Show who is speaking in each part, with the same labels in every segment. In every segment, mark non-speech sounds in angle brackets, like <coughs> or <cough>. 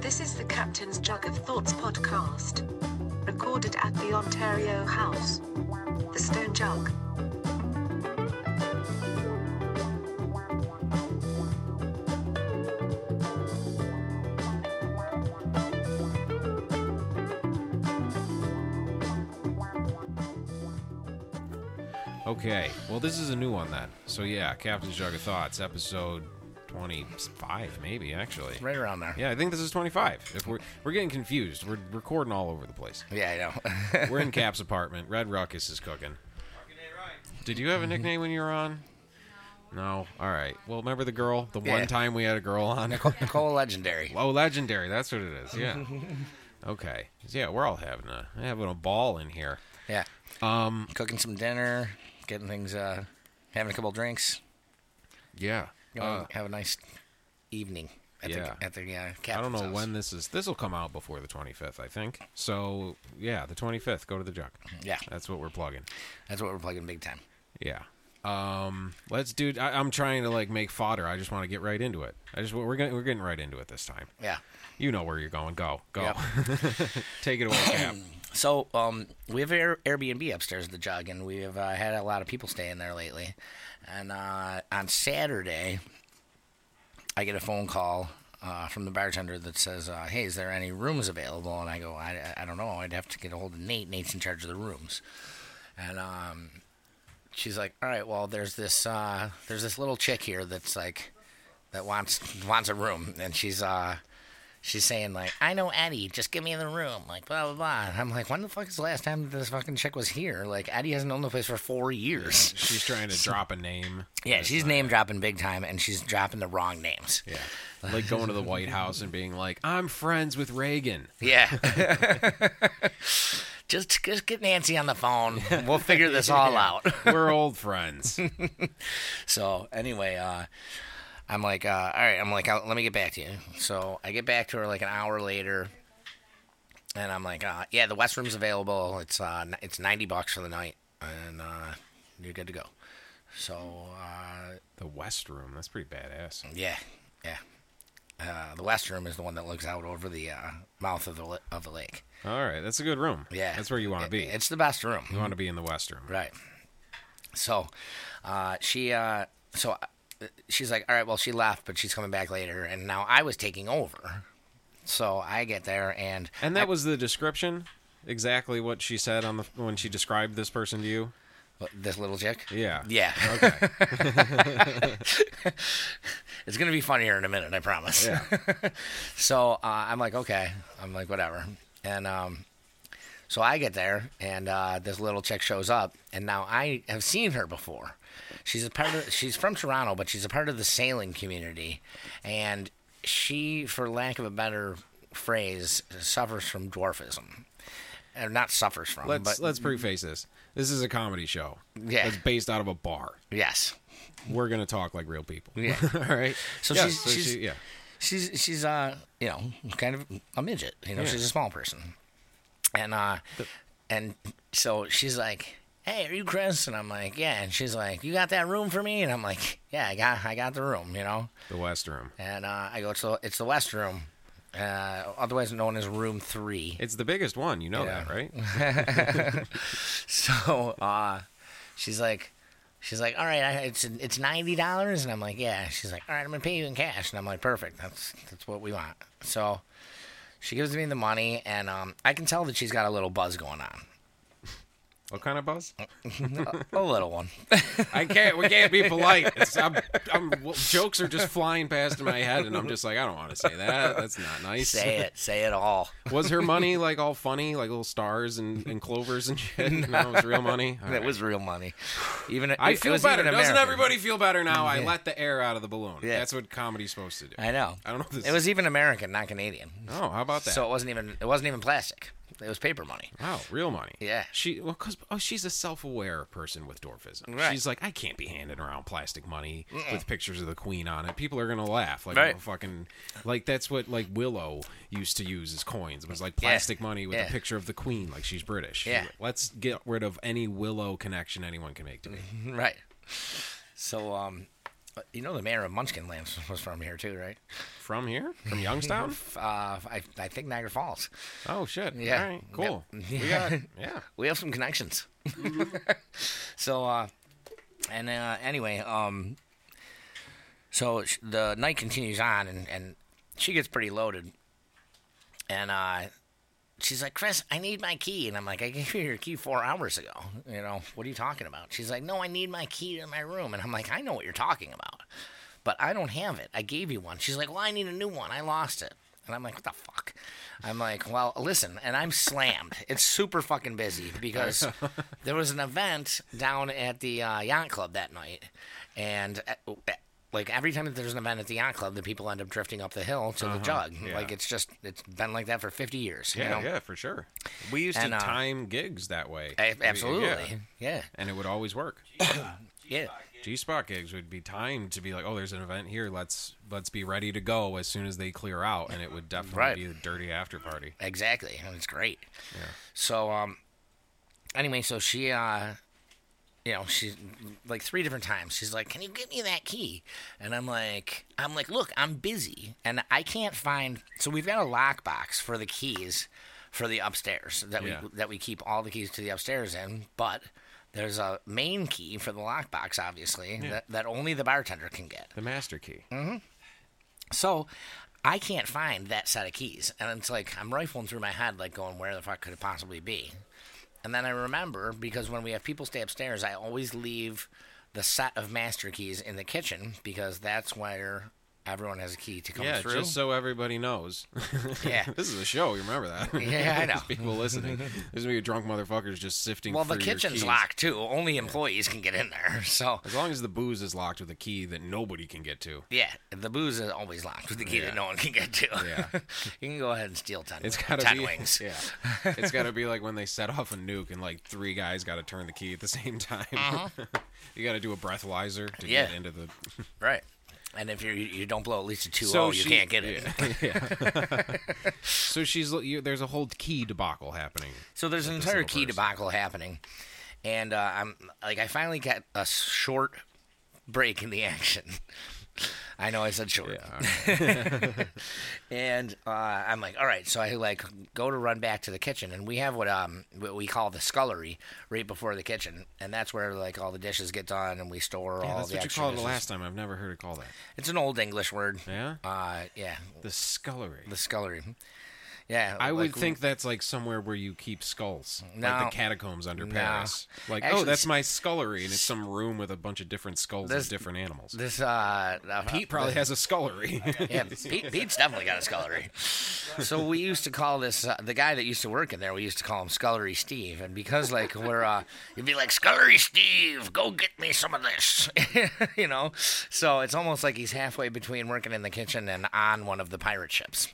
Speaker 1: This is the Captain's Jug of Thoughts podcast. Recorded at the Ontario House. The Stone Jug.
Speaker 2: Okay. Well, this is a new one then. So yeah, Captain's Jug of Thoughts, episode twenty-five, maybe actually.
Speaker 3: Right around there.
Speaker 2: Yeah, I think this is twenty-five. If we're we're getting confused, we're recording all over the place.
Speaker 3: Yeah,
Speaker 2: <laughs>
Speaker 3: I know.
Speaker 2: We're in Cap's apartment. Red Ruckus is cooking. Did you have a nickname when you were on? No. All right. Well, remember the girl? The
Speaker 3: Yeah.
Speaker 2: one time we had a girl on.
Speaker 3: Nicole, Nicole Legendary.
Speaker 2: <laughs> Oh, legendary. That's what it is. Yeah. Okay. Yeah, we're all having a having a ball in here.
Speaker 3: Yeah.
Speaker 2: Um.
Speaker 3: Cooking some dinner, getting things, uh, having a couple drinks.
Speaker 2: Yeah.
Speaker 3: You know,
Speaker 2: Uh,
Speaker 3: have a nice evening at
Speaker 2: yeah.
Speaker 3: the, at the uh,
Speaker 2: I don't
Speaker 3: captain's
Speaker 2: know
Speaker 3: house.
Speaker 2: when this is. This will come out before the 25th, I think. So yeah, the 25th. Go to the jug.
Speaker 3: Yeah,
Speaker 2: That's what we're plugging.
Speaker 3: that's what we're plugging big time.
Speaker 2: Yeah. Um. Let's do. I, I'm trying to like make fodder. I just want to get right into it. I just we're gonna, we're getting right into it this time.
Speaker 3: Yeah.
Speaker 2: You know where you're going. Go go. <laughs> Take it away, Cap.
Speaker 3: So, um, we have Air- Airbnb upstairs at the jug, and we have uh, had a lot of people staying there lately. And uh, on Saturday, I get a phone call uh, from the bartender that says, uh, "Hey, is there any rooms available?" And I go, I, "I don't know. I'd have to get a hold of Nate. Nate's in charge of the rooms." And um, she's like, "All right, well, there's this uh, there's this little chick here that's like that wants wants a room, and she's uh." She's saying like, "I know Eddie. Just give me the room." Like blah blah blah. And I'm like, "When the fuck is the last time this fucking chick was here? Like Eddie hasn't owned the place for four years."
Speaker 2: She's trying to drop a name.
Speaker 3: Yeah, she's name dropping big time, and she's dropping the wrong names.
Speaker 2: Yeah. Like going to the White House and being like, I'm friends with Reagan.
Speaker 3: Yeah. <laughs> just just get Nancy on the phone. We'll figure this all out.
Speaker 2: We're old
Speaker 3: <laughs>
Speaker 2: friends.
Speaker 3: So anyway, uh, I'm like, uh, all right, I'm like, I'll, let me get back to you. So I get back to her like an hour later, and I'm like, uh, yeah, the West Room's available. It's uh, n- it's ninety bucks for the night, and uh, you're good to go. So uh,
Speaker 2: The West Room. That's pretty badass.
Speaker 3: Yeah, yeah. Uh, the west room is the one that looks out over the uh, mouth of the li- of the lake.
Speaker 2: All right, that's a good room.
Speaker 3: Yeah,
Speaker 2: That's where you want to
Speaker 3: It-
Speaker 2: be.
Speaker 3: It's the best room,
Speaker 2: You want to be in the West Room.
Speaker 3: right? So, uh, she uh, so uh, she's like, all right, well, she left, but she's coming back later, and now I was taking over. So I get there, and
Speaker 2: And that was the description, exactly what she said on the when she described this person to you.
Speaker 3: what, this little chick,
Speaker 2: Yeah.
Speaker 3: yeah,
Speaker 2: Okay.
Speaker 3: <laughs> it's gonna be funnier in a minute, I promise.
Speaker 2: Yeah.
Speaker 3: <laughs> So uh, I'm like, okay. I'm like, whatever. And um, so I get there, and uh, this little chick shows up, and now I have seen her before. She's a part of. She's from Toronto, but she's a part of the sailing community, and she, for lack of a better phrase, suffers from dwarfism. Or not suffers from,
Speaker 2: Let's
Speaker 3: but
Speaker 2: let's preface this. This is a comedy show.
Speaker 3: Yeah.
Speaker 2: It's based out of a bar.
Speaker 3: yes,
Speaker 2: We're gonna talk like real people.
Speaker 3: Yeah.
Speaker 2: <laughs> All right.
Speaker 3: So
Speaker 2: Yeah,
Speaker 3: she's- she's-
Speaker 2: she, yeah.
Speaker 3: she's she's uh you know kind of a midget you know she's a small person and uh and so she's like hey are you chris and i'm like yeah and she's like you got that room for me and i'm like yeah i got i got the room you know
Speaker 2: The West Room.
Speaker 3: and uh i go it's the it's the west room uh otherwise known as room three
Speaker 2: It's the biggest one. You know
Speaker 3: Yeah.
Speaker 2: that,
Speaker 3: <laughs>
Speaker 2: right?
Speaker 3: so <laughs> uh she's like she's like all right I, it's it's ninety dollars and i'm like yeah she's like all right i'm gonna pay you in cash and i'm like perfect that's that's what we want so she gives me the money and um i can tell that she's got a little buzz going on
Speaker 2: What kind of buzz?
Speaker 3: a
Speaker 2: <laughs>
Speaker 3: little one
Speaker 2: I can't. We can't be polite. It's, I'm, I'm, well, jokes are just flying past in my head, and I'm just like, I don't want to say that. That's not nice.
Speaker 3: say it say it all <laughs>
Speaker 2: Was her money like all funny, like little stars and, and clovers and
Speaker 3: <laughs>
Speaker 2: shit? No, it was real money. All
Speaker 3: it
Speaker 2: right.
Speaker 3: was real money even it,
Speaker 2: I
Speaker 3: it
Speaker 2: feel
Speaker 3: was
Speaker 2: better.
Speaker 3: even
Speaker 2: Doesn't
Speaker 3: American.
Speaker 2: everybody feel better now? I let the air out of the balloon.
Speaker 3: Yeah.
Speaker 2: That's what comedy's supposed to do.
Speaker 3: i know
Speaker 2: I don't know if this.
Speaker 3: it was even american not canadian
Speaker 2: Oh, how about that?
Speaker 3: so it wasn't even it wasn't even plastic it was paper money
Speaker 2: wow, real money.
Speaker 3: Yeah.
Speaker 2: She well, cause oh, she's a self-aware person with dwarfism.
Speaker 3: Right.
Speaker 2: She's like, I can't be handing around plastic money with pictures of the queen on it. People are gonna laugh. Like
Speaker 3: Right.
Speaker 2: I'm a fucking like that's what like Willow used to use as coins. It was like plastic money with
Speaker 3: Yeah.
Speaker 2: a picture of the queen, like she's British.
Speaker 3: Yeah.
Speaker 2: Let's get
Speaker 3: Mm-hmm.
Speaker 2: rid of any Willow connection anyone can make to me.
Speaker 3: Right. So um But you know, the mayor of Munchkin Lands <laughs> was from here too, right?
Speaker 2: From here? From Youngstown?
Speaker 3: <laughs> F- Uh, I, I think Niagara Falls.
Speaker 2: Oh shit.
Speaker 3: Yeah.
Speaker 2: All right. Cool.
Speaker 3: Yep.
Speaker 2: We got yeah.
Speaker 3: <laughs> We have some connections. <laughs> so, uh, and uh, anyway, um, so sh- the night continues on, and, and she gets pretty loaded, and uh, she's like, "Chris, I need my key," and I'm like, "I gave you your key four hours ago. You know, what are you talking about?" She's like, "No, I need my key to my room," and I'm like, "I know what you're talking about, but I don't have it. I gave you one." She's like, "Well, I need a new one. I lost it." And I'm like, what the fuck? I'm like, well, listen, and I'm slammed. It's super fucking busy
Speaker 2: <laughs>
Speaker 3: because there was an event down at the uh, yacht club that night, and uh, like every time that there's an event at the yacht club, the people end up drifting up the hill to the jug.
Speaker 2: Uh-huh. yeah.
Speaker 3: Like it's just it's been like that for 50 years. you
Speaker 2: Yeah,
Speaker 3: know?
Speaker 2: yeah, for sure. We used
Speaker 3: And,
Speaker 2: to
Speaker 3: uh,
Speaker 2: time gigs that way.
Speaker 3: A-
Speaker 2: We- yeah.
Speaker 3: Absolutely. Yeah.
Speaker 2: And it would always work.
Speaker 3: Yeah.
Speaker 2: G Spot gigs would be timed to be like, oh, there's an event here. Let's let's be ready to go as soon as they clear out, and it would definitely
Speaker 3: Right.
Speaker 2: be the dirty after party.
Speaker 3: Exactly. And it's great. So um anyway, so she uh you know, she like three different times. She's like, "Can you get me that key?" And I'm like, "I'm like, look, I'm busy, and I can't find." So we've got a lockbox for the keys for the upstairs that
Speaker 2: Yeah.
Speaker 3: we that we keep all the keys to the upstairs in, but there's a main key for the lockbox, obviously, that, that only the bartender can get.
Speaker 2: The master key.
Speaker 3: Mm, So I can't find that set of keys. And it's like I'm rifling through my head, like going, where the fuck could it possibly be? And then I remember because when we have people stay upstairs, I always leave the set of master keys in the kitchen because that's where everyone has a key to come
Speaker 2: yeah,
Speaker 3: through.
Speaker 2: just so everybody knows.
Speaker 3: <laughs>
Speaker 2: <laughs>
Speaker 3: yeah.
Speaker 2: this is a show. You remember that?
Speaker 3: <laughs> Yeah, I know.
Speaker 2: There's <laughs> people listening. There's gonna be drunk motherfuckers just sifting.
Speaker 3: Well, the
Speaker 2: through your
Speaker 3: kitchen's
Speaker 2: keys.
Speaker 3: locked too. Only employees can get in there. <laughs> So,
Speaker 2: As long as the booze is locked with a key that nobody can get to.
Speaker 3: yeah, the booze is always locked with the key
Speaker 2: Yeah.
Speaker 3: that no one can get to.
Speaker 2: Yeah.
Speaker 3: <laughs> you can go ahead and steal 10,
Speaker 2: It's gotta
Speaker 3: 10
Speaker 2: be <laughs>
Speaker 3: wings.
Speaker 2: Yeah. It's gotta be like when they set off a nuke and like three guys gotta turn the key at the <laughs> same time. <laughs> you gotta do a breathalyzer to
Speaker 3: Uh-huh. Yeah.
Speaker 2: get into the
Speaker 3: Right. And if you you don't blow at least a 2
Speaker 2: So
Speaker 3: oh, you
Speaker 2: she-
Speaker 3: can't get it.
Speaker 2: <laughs> So she's you, there's a whole key debacle happening.
Speaker 3: So there's an
Speaker 2: this
Speaker 3: entire
Speaker 2: little
Speaker 3: key
Speaker 2: person.
Speaker 3: debacle happening, and uh, I'm like, I finally got a short break in the action. <laughs> I know I said short, <laughs> and uh, I'm like, all right. So I like go to run back to the kitchen, and we have what um what we call the scullery right before the kitchen, and that's where like all the dishes get done, and we store
Speaker 2: Yeah,
Speaker 3: all
Speaker 2: that's
Speaker 3: the
Speaker 2: what you
Speaker 3: extra
Speaker 2: called it
Speaker 3: dishes.
Speaker 2: last time. I've never heard it called that.
Speaker 3: It's an old English word.
Speaker 2: Yeah?
Speaker 3: Uh, yeah,
Speaker 2: The scullery.
Speaker 3: the scullery. Yeah,
Speaker 2: I would
Speaker 3: like-
Speaker 2: think that's like somewhere where you keep skulls,
Speaker 3: No.
Speaker 2: like the catacombs under Paris. Like,
Speaker 3: Actually,
Speaker 2: oh, that's
Speaker 3: s-
Speaker 2: my scullery, and it's some room with a bunch of different skulls
Speaker 3: This-
Speaker 2: of different animals.
Speaker 3: this uh
Speaker 2: Pete probably has a scullery.
Speaker 3: Yeah, Pete, Pete's definitely got a scullery. So we used to call this uh, the guy that used to work in there. We used to call him Scullery Steve, and because like we're uh, you'd be like Scullery Steve, go get me some of this, <laughs> you know. So it's almost like he's halfway between working in the kitchen and on one of the pirate ships.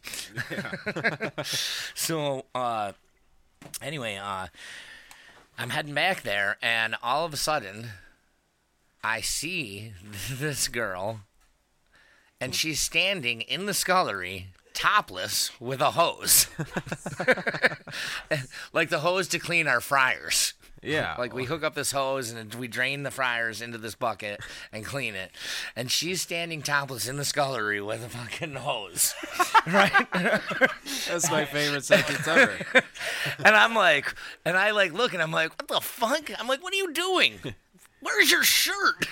Speaker 3: <laughs> so uh, anyway, uh, I'm heading back there, and all of a sudden, I see <laughs> this girl and she's standing in the scullery topless with a hose <laughs> like the hose to clean our fryers
Speaker 2: yeah,
Speaker 3: like we hook up this hose and we drain the fryers into this bucket and clean it and she's standing topless in the scullery with a fucking hose right
Speaker 2: that's my favorite sentence ever. <laughs>
Speaker 3: and i'm like and i like look and i'm like what the fuck i'm like what are you doing Where's
Speaker 2: <laughs>
Speaker 3: your shirt?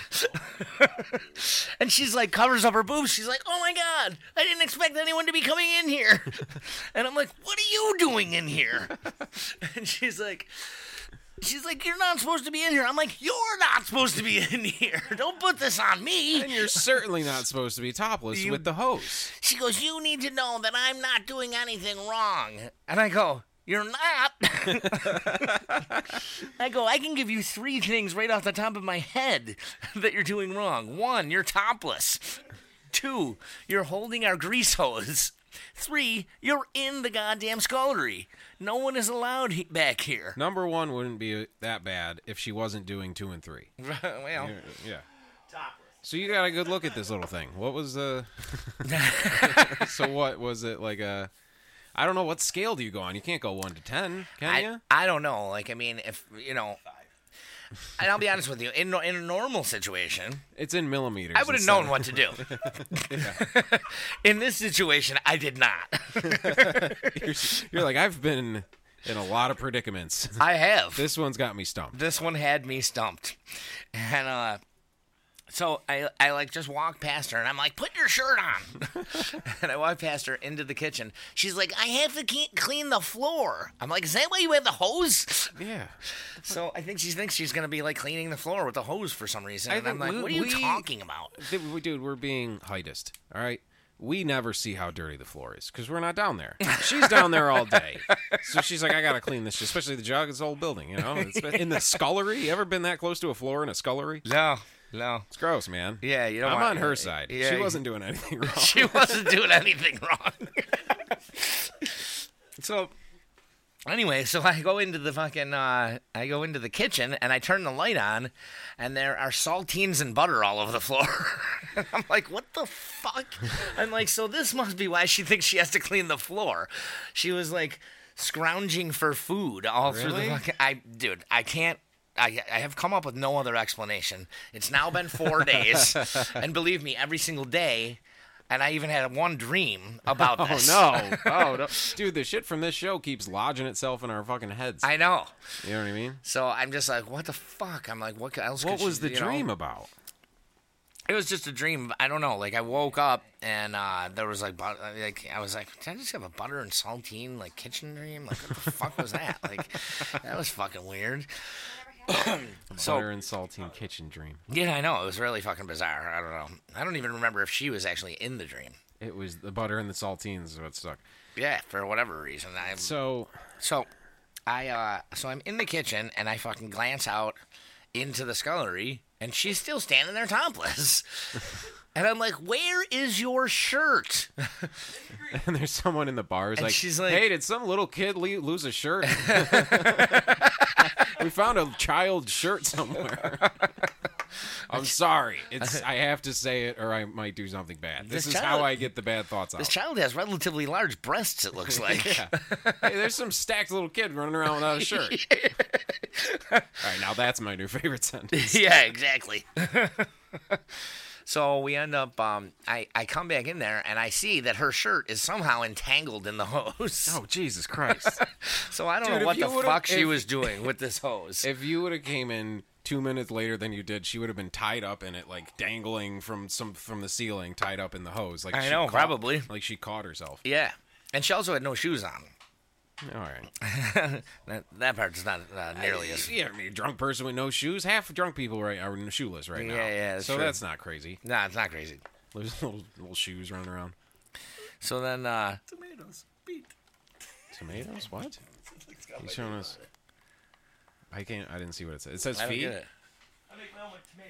Speaker 3: and she's like, covers up her boobs. She's like, oh my God, I didn't expect anyone to be coming in
Speaker 2: <laughs>
Speaker 3: here. and I'm like, what are you doing in here? and she's like, she's like, you're not supposed to be in here. I'm like, you're not supposed to be in here. Don't put this on me.
Speaker 2: And you're certainly not supposed to be topless with the hose.
Speaker 3: She goes, You need to know that I'm not doing anything wrong. And I go, You're not. <laughs> I go, I can give you three things right off the top of my head that you're doing wrong. One, you're topless. Two, you're holding our grease hose. Three, you're in the goddamn scullery. No one is allowed he- back here.
Speaker 2: Number one wouldn't be that bad if she wasn't doing two and three.
Speaker 3: <laughs> well,
Speaker 2: Yeah. yeah. So you got a good look at this little thing. What was
Speaker 3: <laughs>
Speaker 2: the? so what was it like a? I don't know what scale do you go on. You can't go one to ten, can
Speaker 3: I,
Speaker 2: you?
Speaker 3: I don't know. Like, I mean, if, you know. and I'll be honest with you, in no- in a normal situation,
Speaker 2: It's in millimeters.
Speaker 3: I would have
Speaker 2: instead
Speaker 3: known
Speaker 2: of-
Speaker 3: what to do. <laughs> in this situation, I did not.
Speaker 2: You're, you're like, I've been in a lot of predicaments.
Speaker 3: I have.
Speaker 2: This one's got me stumped.
Speaker 3: this one had me stumped. And uh so I I like just walk past her and I'm like, put your shirt on. <laughs> and I walk past her into the kitchen. She's like, I have to ke- clean the floor. I'm like, is that why you have the hose? <laughs>
Speaker 2: Yeah.
Speaker 3: so I think she thinks she's gonna be like cleaning the floor with the hose for some reason.
Speaker 2: I
Speaker 3: and I'm
Speaker 2: think
Speaker 3: like,
Speaker 2: we-
Speaker 3: what are you
Speaker 2: we-
Speaker 3: talking about?
Speaker 2: Th- we- Dude, we're being heightist. All right. We never see how dirty the floor is because we're not down there. She's down there all day, so she's like, "I gotta clean this, shit, especially the jug. It's an old building, you
Speaker 3: <laughs>
Speaker 2: know. It's been in the scullery. You ever been that close to a floor in a scullery?
Speaker 3: No, no.
Speaker 2: It's gross, man.
Speaker 3: Yeah, you don't
Speaker 2: I'm
Speaker 3: want-
Speaker 2: on her side.
Speaker 3: Yeah,
Speaker 2: she
Speaker 3: you-
Speaker 2: wasn't doing anything
Speaker 3: <laughs>
Speaker 2: wrong.
Speaker 3: she wasn't doing anything wrong. <laughs> so anyway, so I go into the fucking uh, I go into the kitchen and I turn the light on, and there are saltines and butter all over the floor. <laughs> And I'm like, what the fuck? I'm like, so this must be why she thinks she has to clean the floor. She was like scrounging for food all through the
Speaker 2: Really?
Speaker 3: fucking. I dude, I can't. I, I have come up with no other explanation. It's now been
Speaker 2: <laughs>
Speaker 3: four days, and believe me, every single day, and I even had one dream
Speaker 2: <laughs>
Speaker 3: about
Speaker 2: Oh
Speaker 3: this.
Speaker 2: no! Oh no, dude, the shit from this show keeps lodging itself in our fucking heads.
Speaker 3: <laughs> I know.
Speaker 2: you know what I mean?
Speaker 3: So I'm just like, what the fuck? I'm like, what else?
Speaker 2: What
Speaker 3: could
Speaker 2: was
Speaker 3: she-
Speaker 2: the
Speaker 3: you know?
Speaker 2: dream about?
Speaker 3: It was just a dream. I don't know. Like I woke up and uh, there was like, but- like I was like, did I just have a butter and saltine like kitchen dream? Like what the fuck was that? Like <laughs> that was
Speaker 2: <coughs>
Speaker 3: fucking weird. So-
Speaker 2: Butter and saltine kitchen dream.
Speaker 3: Yeah, I know. It was really fucking bizarre. I don't know. I don't even remember if she was actually in the dream.
Speaker 2: It was the butter and the saltines is what stuck.
Speaker 3: Yeah, for whatever reason. I
Speaker 2: So
Speaker 3: So, I uh, so I'm in the kitchen and I fucking glance out into the scullery and she's still standing there <laughs> topless. and I'm like, "Where is your shirt?"
Speaker 2: <laughs> and there's someone in the bar who's
Speaker 3: And
Speaker 2: like,
Speaker 3: she's like-
Speaker 2: "Hey, did some little kid le- lose a
Speaker 3: <laughs>
Speaker 2: shirt? <laughs> we found a child's shirt somewhere." <laughs> I'm sorry. It's I have to say it, or I might do something bad. This,
Speaker 3: This
Speaker 2: is
Speaker 3: child-
Speaker 2: how I get the bad thoughts out.
Speaker 3: This child has relatively large breasts. It looks <laughs> like.
Speaker 2: yeah. Hey, there's some stacked little kid running around without
Speaker 3: <laughs>
Speaker 2: a shirt. All right, now that's my new favorite sentence.
Speaker 3: yeah, exactly. <laughs> so we end up. Um, I I come back in there and I see that her shirt is somehow entangled in the hose.
Speaker 2: Oh Jesus Christ!
Speaker 3: So I don't
Speaker 2: Dude,
Speaker 3: know
Speaker 2: if
Speaker 3: what
Speaker 2: you
Speaker 3: the
Speaker 2: would've-
Speaker 3: fuck she
Speaker 2: if-
Speaker 3: was doing with this
Speaker 2: <laughs>
Speaker 3: hose.
Speaker 2: If you would have came in two minutes later than you did, she would have been tied up in it, like dangling from some from the ceiling, tied up in the hose. Like
Speaker 3: I
Speaker 2: she
Speaker 3: know,
Speaker 2: caught-
Speaker 3: probably.
Speaker 2: Like she caught herself.
Speaker 3: yeah, and she also had no shoes on.
Speaker 2: All right.
Speaker 3: That, that part's not uh, nearly as
Speaker 2: Yeah, I mean, a drunk person with no shoes. Half drunk people right are shoeless right now.
Speaker 3: Yeah, yeah, that's
Speaker 2: So
Speaker 3: true.
Speaker 2: that's not crazy.
Speaker 3: Nah, it's not crazy.
Speaker 2: There's <laughs> little little shoes running around.
Speaker 3: So then, uh,
Speaker 4: Tomatoes. Beet.
Speaker 2: Tomatoes? What? He's showing us. I can't. I didn't see what it says. It says
Speaker 3: I don't
Speaker 2: feet.
Speaker 3: get it.
Speaker 4: I make my own with tomatoes.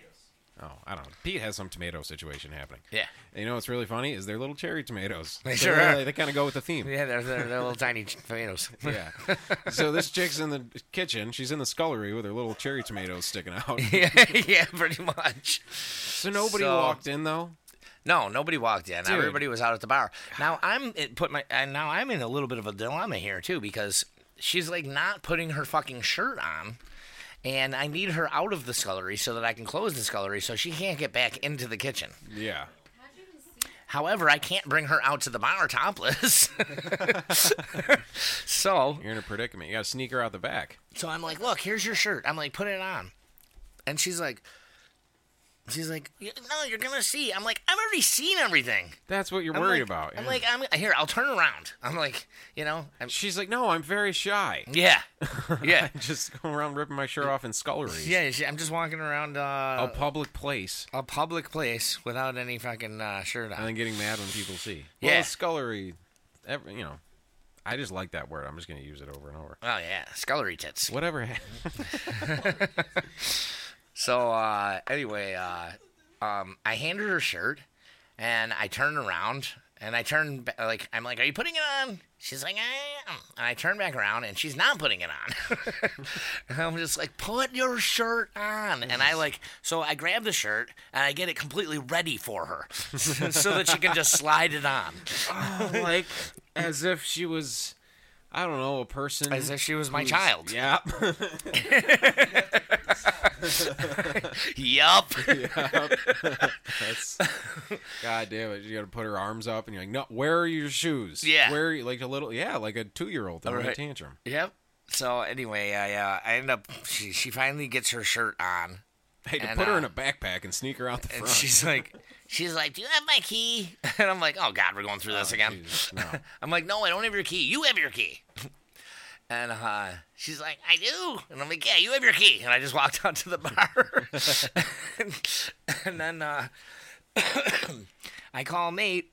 Speaker 2: Oh, I don't know. Pete has some tomato situation happening.
Speaker 3: Yeah.
Speaker 2: And you know what's really funny is they're little cherry tomatoes.
Speaker 3: They
Speaker 2: So
Speaker 3: sure
Speaker 2: they-
Speaker 3: are.
Speaker 2: They kind of go with the theme.
Speaker 3: Yeah, they're, they're, they're little tiny tomatoes. <laughs>
Speaker 2: Yeah. <laughs> so this chick's in the kitchen. She's in the scullery with her little cherry tomatoes sticking out.
Speaker 3: yeah, <laughs> yeah, pretty much.
Speaker 2: So nobody
Speaker 3: So-
Speaker 2: walked in though.
Speaker 3: No, nobody walked in.
Speaker 2: Dude.
Speaker 3: Everybody was out at the bar. Now I'm it put my and now I'm in a little bit of a dilemma here too because she's like not putting her fucking shirt on. And I need her out of the scullery so that I can close the scullery so she can't get back into the kitchen.
Speaker 2: Yeah.
Speaker 3: However, I can't bring her out to the bar topless. <laughs> so
Speaker 2: You're in a predicament. You got to sneak her out the back.
Speaker 3: So I'm like, look, here's your shirt. I'm like, put it on. And she's like, she's like, "Y- no, you're gonna see. I'm like, I've already seen everything.
Speaker 2: That's what you're
Speaker 3: I'm
Speaker 2: worried
Speaker 3: like-
Speaker 2: about.
Speaker 3: I'm
Speaker 2: yeah.
Speaker 3: like, I'm here. I'll turn around. I'm like, you know, I'm,
Speaker 2: she's like, no, I'm very shy. <laughs>
Speaker 3: yeah, yeah,
Speaker 2: Just going around ripping my shirt off in sculleries.
Speaker 3: yeah. she- I'm just walking around
Speaker 2: A
Speaker 3: uh,
Speaker 2: public place.
Speaker 3: a public place without any fucking uh, shirt
Speaker 2: And
Speaker 3: on.
Speaker 2: then getting mad when people see.
Speaker 3: Yeah.
Speaker 2: Well, a scullery. Every, you know, I just like that word. I'm just going to use it over and over.
Speaker 3: Oh yeah, scullery tits.
Speaker 2: Whatever. <laughs> ha-
Speaker 3: So uh, anyway, uh, um, I handed her shirt, and I turned around, and I turned ba- like I'm like, "Are you putting it on?" She's like, "I am," and I turn back around, and she's not putting it on. <laughs> and I'm just like, "Put your shirt on," and I like, so I grab the shirt and I get it completely ready for her, <laughs> so that she can just slide it on,
Speaker 2: like, <laughs> as if she was, I don't know, a person.
Speaker 3: as if she was my
Speaker 2: who's-
Speaker 3: child.
Speaker 2: Yeah.
Speaker 3: yup.
Speaker 2: That's <laughs> God damn it! You got to put her arms up, and you're like, "No, where are your shoes?
Speaker 3: Yeah.
Speaker 2: where are you, like a little, yeah, like a two year old throwing a
Speaker 3: Alright.
Speaker 2: tantrum."
Speaker 3: Yep. So anyway, I uh, I end up she, she finally gets her shirt on,
Speaker 2: Hey, to
Speaker 3: And,
Speaker 2: put her
Speaker 3: uh,
Speaker 2: in a backpack and sneak her out the
Speaker 3: and
Speaker 2: front.
Speaker 3: she's like, <laughs> she's like, "Do you have my key?" <laughs> And I'm like, "Oh God, we're going through this again."
Speaker 2: Jesus, no.
Speaker 3: <laughs> I'm like, "No, I don't have your key. You have your key." <laughs> And uh, she's like, "I do," and I'm like, "Yeah, you have your key." And I just walked out to the <laughs> bar, and, and then uh, <coughs> I call Nate,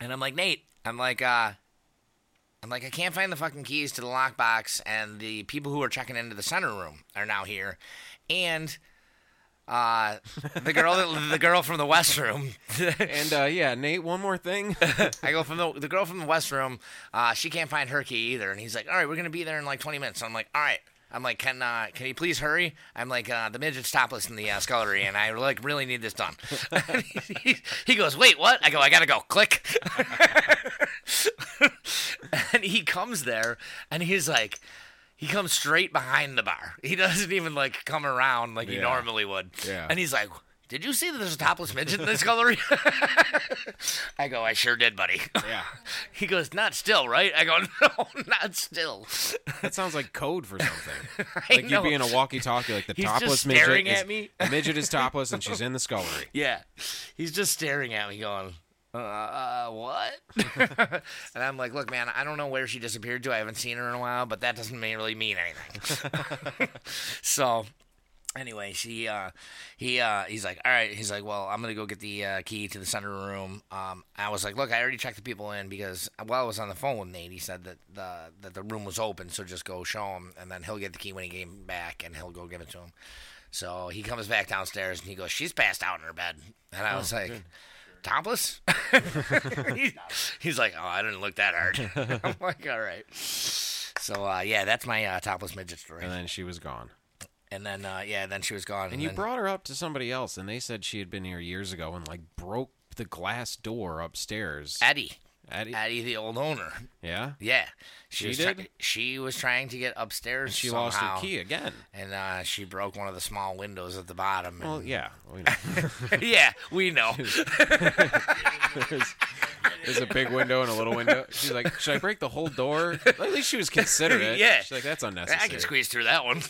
Speaker 3: and I'm like, "Nate," I'm like, uh, I'm like, I can't find the fucking keys to the lockbox, and the people who are checking into the center room are now here, and uh, the girl, the girl from the west room.
Speaker 2: <laughs> and uh, yeah, Nate, one more
Speaker 3: <laughs>
Speaker 2: thing.
Speaker 3: I go from the the girl from the west room. Uh, she can't find her key either, and he's like, "All right, we're gonna be there in like 20 minutes." So I'm like, "All right." I'm like, "Can uh, can you please hurry?" I'm like, uh, "The midget's topless in the uh, scullery, and I like really need this done." <laughs> he, he goes, "Wait, what?" I go, "I gotta go." Click. <laughs> and he comes there, and he's like. He comes straight behind the bar. He doesn't even like come around like he
Speaker 2: Yeah.
Speaker 3: normally would.
Speaker 2: Yeah.
Speaker 3: And he's like, "Did you see that there's a topless midget in this scullery?" <laughs> I go, "I sure did, buddy."
Speaker 2: yeah,
Speaker 3: He goes, not still, right? I go, <laughs> no, not still. <laughs>
Speaker 2: that sounds like code for something.
Speaker 3: I
Speaker 2: like
Speaker 3: know.
Speaker 2: you being a walkie-talkie, like the
Speaker 3: He's just
Speaker 2: topless midget
Speaker 3: staring
Speaker 2: is-
Speaker 3: at me.
Speaker 2: the midget is topless, and
Speaker 3: <laughs>
Speaker 2: she's in the scullery.
Speaker 3: <laughs> Yeah. He's just staring at me going, uh, uh
Speaker 2: <laughs>
Speaker 3: what? <laughs> and I'm like, look, man, I don't know where she disappeared to. I haven't seen her in a while, but that doesn't mean, really mean anything. so anyway, she, uh, he, uh, he's like, all right. He's like, well, I'm going to go get the uh, key to the center room. Um, I was like, look, I already checked the people in because while I was on the phone with Nate, he said that the, that the room was open. So just go show him and then he'll get the key when he came back and he'll go give it to him. So he comes back downstairs and he goes, She's passed out in her bed. And I was like, Topless? <laughs> He- he's like, Oh, I didn't look that hard. <laughs> I'm like, All right. So, uh, yeah, that's my uh, topless midget story.
Speaker 2: And then she was gone.
Speaker 3: And then, uh, yeah, then she was gone.
Speaker 2: And you
Speaker 3: then-
Speaker 2: brought her up to somebody else, and they said she had been here years ago and like broke the glass door upstairs.
Speaker 3: Eddie.
Speaker 2: Addie-
Speaker 3: Eddie, the old owner.
Speaker 2: yeah,
Speaker 3: Yeah. She,
Speaker 2: She
Speaker 3: was try-
Speaker 2: did?
Speaker 3: she was trying to get upstairs.
Speaker 2: she
Speaker 3: somehow,
Speaker 2: lost her key again.
Speaker 3: And uh, she broke one of the small windows at the bottom.
Speaker 2: Well,
Speaker 3: and-
Speaker 2: yeah, we know.
Speaker 3: <laughs> yeah,
Speaker 2: <laughs>
Speaker 3: we know.
Speaker 2: there's, there's a big window and a little window. She's like, should I break the whole door? At least she was considerate.
Speaker 3: <laughs> Yeah.
Speaker 2: she's like, that's unnecessary.
Speaker 3: I can squeeze through
Speaker 2: <laughs>
Speaker 3: that one.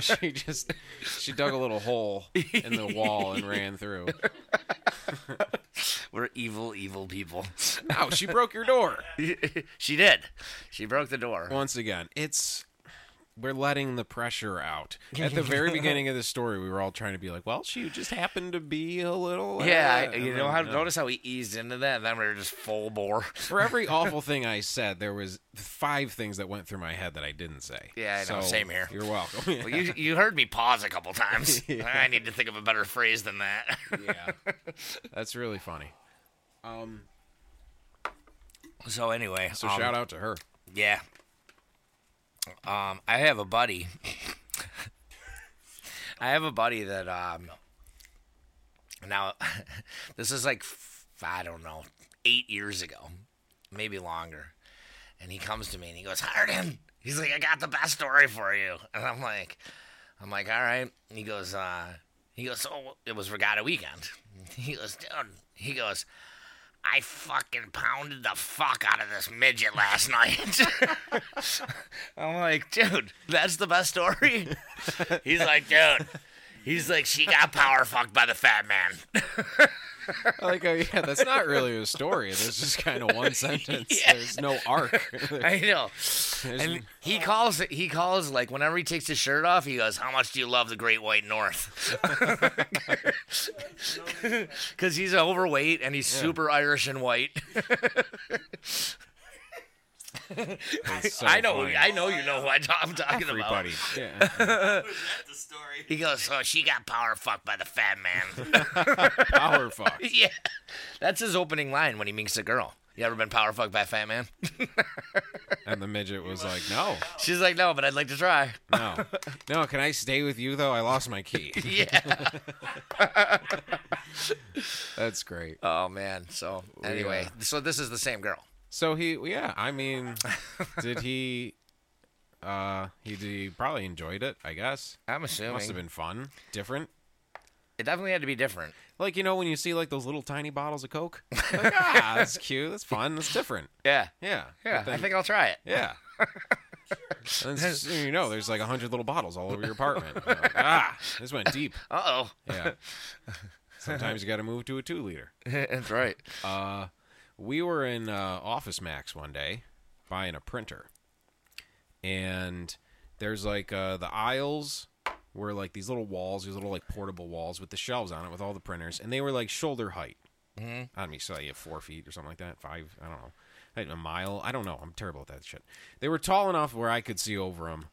Speaker 2: she just she dug a little hole in the wall and ran through.
Speaker 3: <laughs> We're evil, evil people. <laughs>
Speaker 2: No, she broke your door
Speaker 3: she did. She broke the door.
Speaker 2: once again. It's we're letting the pressure out. At the
Speaker 3: <laughs>
Speaker 2: very beginning of the story, we were all trying to be like, "Well, she just happened to be a little."
Speaker 3: yeah,
Speaker 2: uh,"
Speaker 3: I,
Speaker 2: and
Speaker 3: you
Speaker 2: then,
Speaker 3: know how
Speaker 2: no.
Speaker 3: notice how we eased into that, and then we were just
Speaker 2: <laughs>
Speaker 3: full bore.
Speaker 2: For every awful thing I said, there was five things that went through my head that I didn't say.
Speaker 3: Yeah, I know.
Speaker 2: So,
Speaker 3: Same here.
Speaker 2: You're welcome.
Speaker 3: Well, you you heard me pause a couple times.
Speaker 2: <laughs>
Speaker 3: I need to think of a better phrase than that.
Speaker 2: yeah, that's really funny. Um,
Speaker 3: so anyway, um,
Speaker 2: so shout out to her.
Speaker 3: Yeah. Um, I have a buddy. <laughs> I have a buddy that um. Now, <laughs> this is like f- I don't know, eight years ago, maybe longer, and he comes to me and he goes, "Harden," he's like, "I got the best story for you," and I'm like, "I'm like, all right." And He goes, uh, he goes, "Oh, it was Regatta weekend." <laughs> He goes, "Dude," he goes, I fucking pounded the fuck out of this midget last night. <laughs> I'm like, dude, that's the best story. <laughs> He's like, dude. He's like, she got power fucked by the fat man. <laughs>
Speaker 2: I like, oh yeah, that's not really a story. There's just kind of
Speaker 3: <laughs>
Speaker 2: one sentence.
Speaker 3: Yeah.
Speaker 2: There's no
Speaker 3: <laughs>
Speaker 2: arc. <laughs>
Speaker 3: I know.
Speaker 2: There's-
Speaker 3: And he calls it, he calls like whenever he takes his shirt off, he goes, How much do you love the Great White North? <laughs> Because he's overweight and he's super Irish and white.
Speaker 2: it's so
Speaker 3: I know,
Speaker 2: funny.
Speaker 3: I know you know who I- I'm talking about.
Speaker 2: everybody.
Speaker 3: <laughs>
Speaker 2: Yeah.
Speaker 4: That's the story.
Speaker 3: He goes, so she got power fucked by the fat man.
Speaker 2: Power fuck.
Speaker 3: <laughs> yeah. That's his opening line when he meets a girl. You ever been power fucked by a fat man? <laughs>
Speaker 2: And the midget was like, no,
Speaker 3: She's like, no, but I'd like to try. <laughs>
Speaker 2: no, no. Can I stay with you though? I lost my
Speaker 3: <laughs>
Speaker 2: key.
Speaker 3: yeah.
Speaker 2: That's great.
Speaker 3: Oh, man. So, anyway,
Speaker 2: uh,
Speaker 3: so this is the same girl.
Speaker 2: So he, yeah. I mean, did he? Uh, he, he probably enjoyed it, I guess.
Speaker 3: I'm assuming
Speaker 2: Must have been fun, different.
Speaker 3: it definitely had to be different.
Speaker 2: Like you know when you see like those little tiny bottles of Coke, like, ah, that's
Speaker 3: <laughs>
Speaker 2: cute, that's fun, that's different.
Speaker 3: Yeah,
Speaker 2: Yeah,
Speaker 3: yeah.
Speaker 2: But then-
Speaker 3: I think I'll try it. <laughs>
Speaker 2: yeah. and then soon you know, there's like a hundred little bottles all over your
Speaker 3: <laughs>
Speaker 2: apartment. You're like, ah, this went deep.
Speaker 3: Uh
Speaker 2: <laughs>
Speaker 3: oh, <laughs>
Speaker 2: Yeah. Sometimes you got to move to a two liter.
Speaker 3: that's right.
Speaker 2: we were in uh, Office Max one day buying a printer, and there's like uh, the aisles were like these little walls, these little like portable walls with the shelves on it with all the printers, and they were like shoulder height. Mm-hmm. I mean, so you have four feet or something like that, five, I don't know, like a mile. I don't know. I'm terrible at that shit. They were tall enough where I could see over them.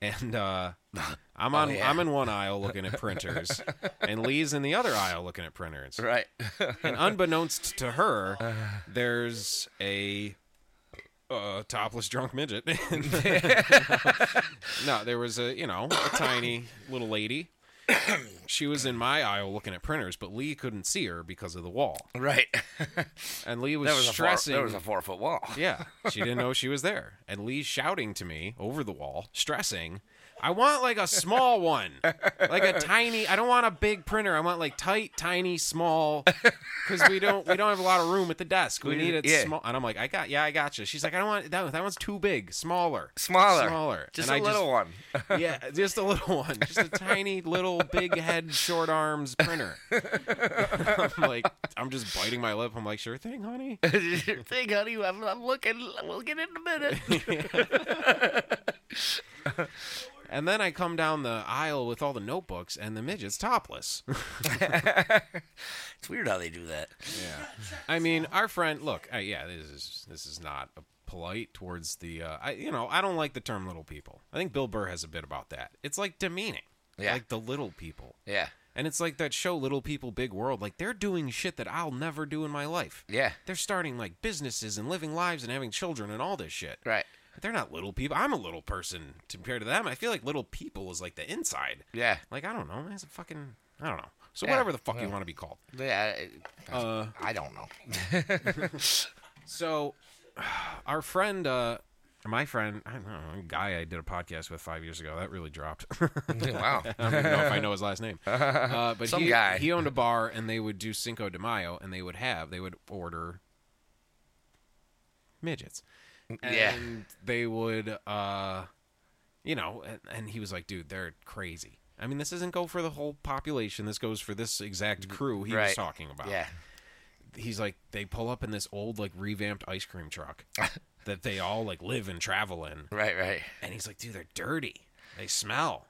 Speaker 2: And uh, <laughs> I'm on
Speaker 3: Oh, yeah.
Speaker 2: I'm in one aisle looking at printers, and Lee's in the other aisle looking at printers.
Speaker 3: <laughs> Right.
Speaker 2: <laughs> And unbeknownst to her, there's a uh, topless drunk midget. <laughs> no, there was a you know a tiny little lady. She was in my aisle looking at printers, but Lee couldn't see her because of the wall.
Speaker 3: right.
Speaker 2: And Lee was,
Speaker 3: There was a four,
Speaker 2: stressing.
Speaker 3: there was a four foot wall.
Speaker 2: yeah, she didn't know she was there. And Lee's shouting to me over the wall, stressing, "I want like a small one, like a tiny. I don't want a big printer. I want like tight, tiny, small, because we don't we don't have a lot of room at the desk. We,
Speaker 3: We-
Speaker 2: need it
Speaker 3: yeah.
Speaker 2: small." And I'm like, "I got yeah, I got you." She's like, "I don't want that. One, that one's too big. Smaller,
Speaker 3: Smaller.
Speaker 2: smaller.
Speaker 3: Just
Speaker 2: And
Speaker 3: a
Speaker 2: I
Speaker 3: little one. <laughs>
Speaker 2: one. <laughs> yeah, just a little one, just a tiny little big head, short arms printer." <laughs> I'm like, I'm just biting my lip. I'm like, "Sure thing, honey."
Speaker 3: Think, honey, I'm, I'm looking. We'll get in a minute. <laughs>
Speaker 2: And then I come down the aisle with all the notebooks, and the midget's topless.
Speaker 3: it's weird how they do that.
Speaker 2: Yeah. <laughs> I mean, our friend. Look, uh, yeah, this is this is not uh, polite towards the. Uh, I you know I don't like the term little people. I think Bill Burr has a bit about that. It's like demeaning.
Speaker 3: Yeah.
Speaker 2: Like the little people.
Speaker 3: Yeah.
Speaker 2: And it's like that show, Little People, Big World. Like they're doing shit that I'll never do in my life.
Speaker 3: Yeah.
Speaker 2: They're starting like businesses and living lives and having children and all this shit.
Speaker 3: Right.
Speaker 2: They're not little people. I'm a little person compared to them. I feel like little people is like the inside.
Speaker 3: Yeah.
Speaker 2: Like I don't know, man. It's a fucking I don't know. So
Speaker 3: Yeah,
Speaker 2: whatever the fuck you want to be called.
Speaker 3: Yeah. I-
Speaker 2: Uh,
Speaker 3: I don't know. <laughs>
Speaker 2: <laughs> So <sighs> our friend, uh my friend, I don't know, a guy I did a podcast with five years ago. That really dropped. <laughs>
Speaker 3: wow.
Speaker 2: I don't even know if
Speaker 3: <laughs>
Speaker 2: I know his last name. Uh, but
Speaker 3: Some
Speaker 2: he,
Speaker 3: guy.
Speaker 2: he owned a bar, and they would do Cinco de Mayo, and they would have they would order midgets. And
Speaker 3: Mm, Yeah.
Speaker 2: they would, uh, you know, and, and he was like, "Dude, they're crazy." I mean, this doesn't go for the whole population. This goes for this exact crew he was
Speaker 3: Mm, Right.
Speaker 2: talking about.
Speaker 3: Yeah.
Speaker 2: He's like, they pull up in this old, like, revamped ice cream
Speaker 3: <laughs>
Speaker 2: truck that they all, like, live and travel in.
Speaker 3: Right. Right.
Speaker 2: And he's like, dude, they're dirty. They smell.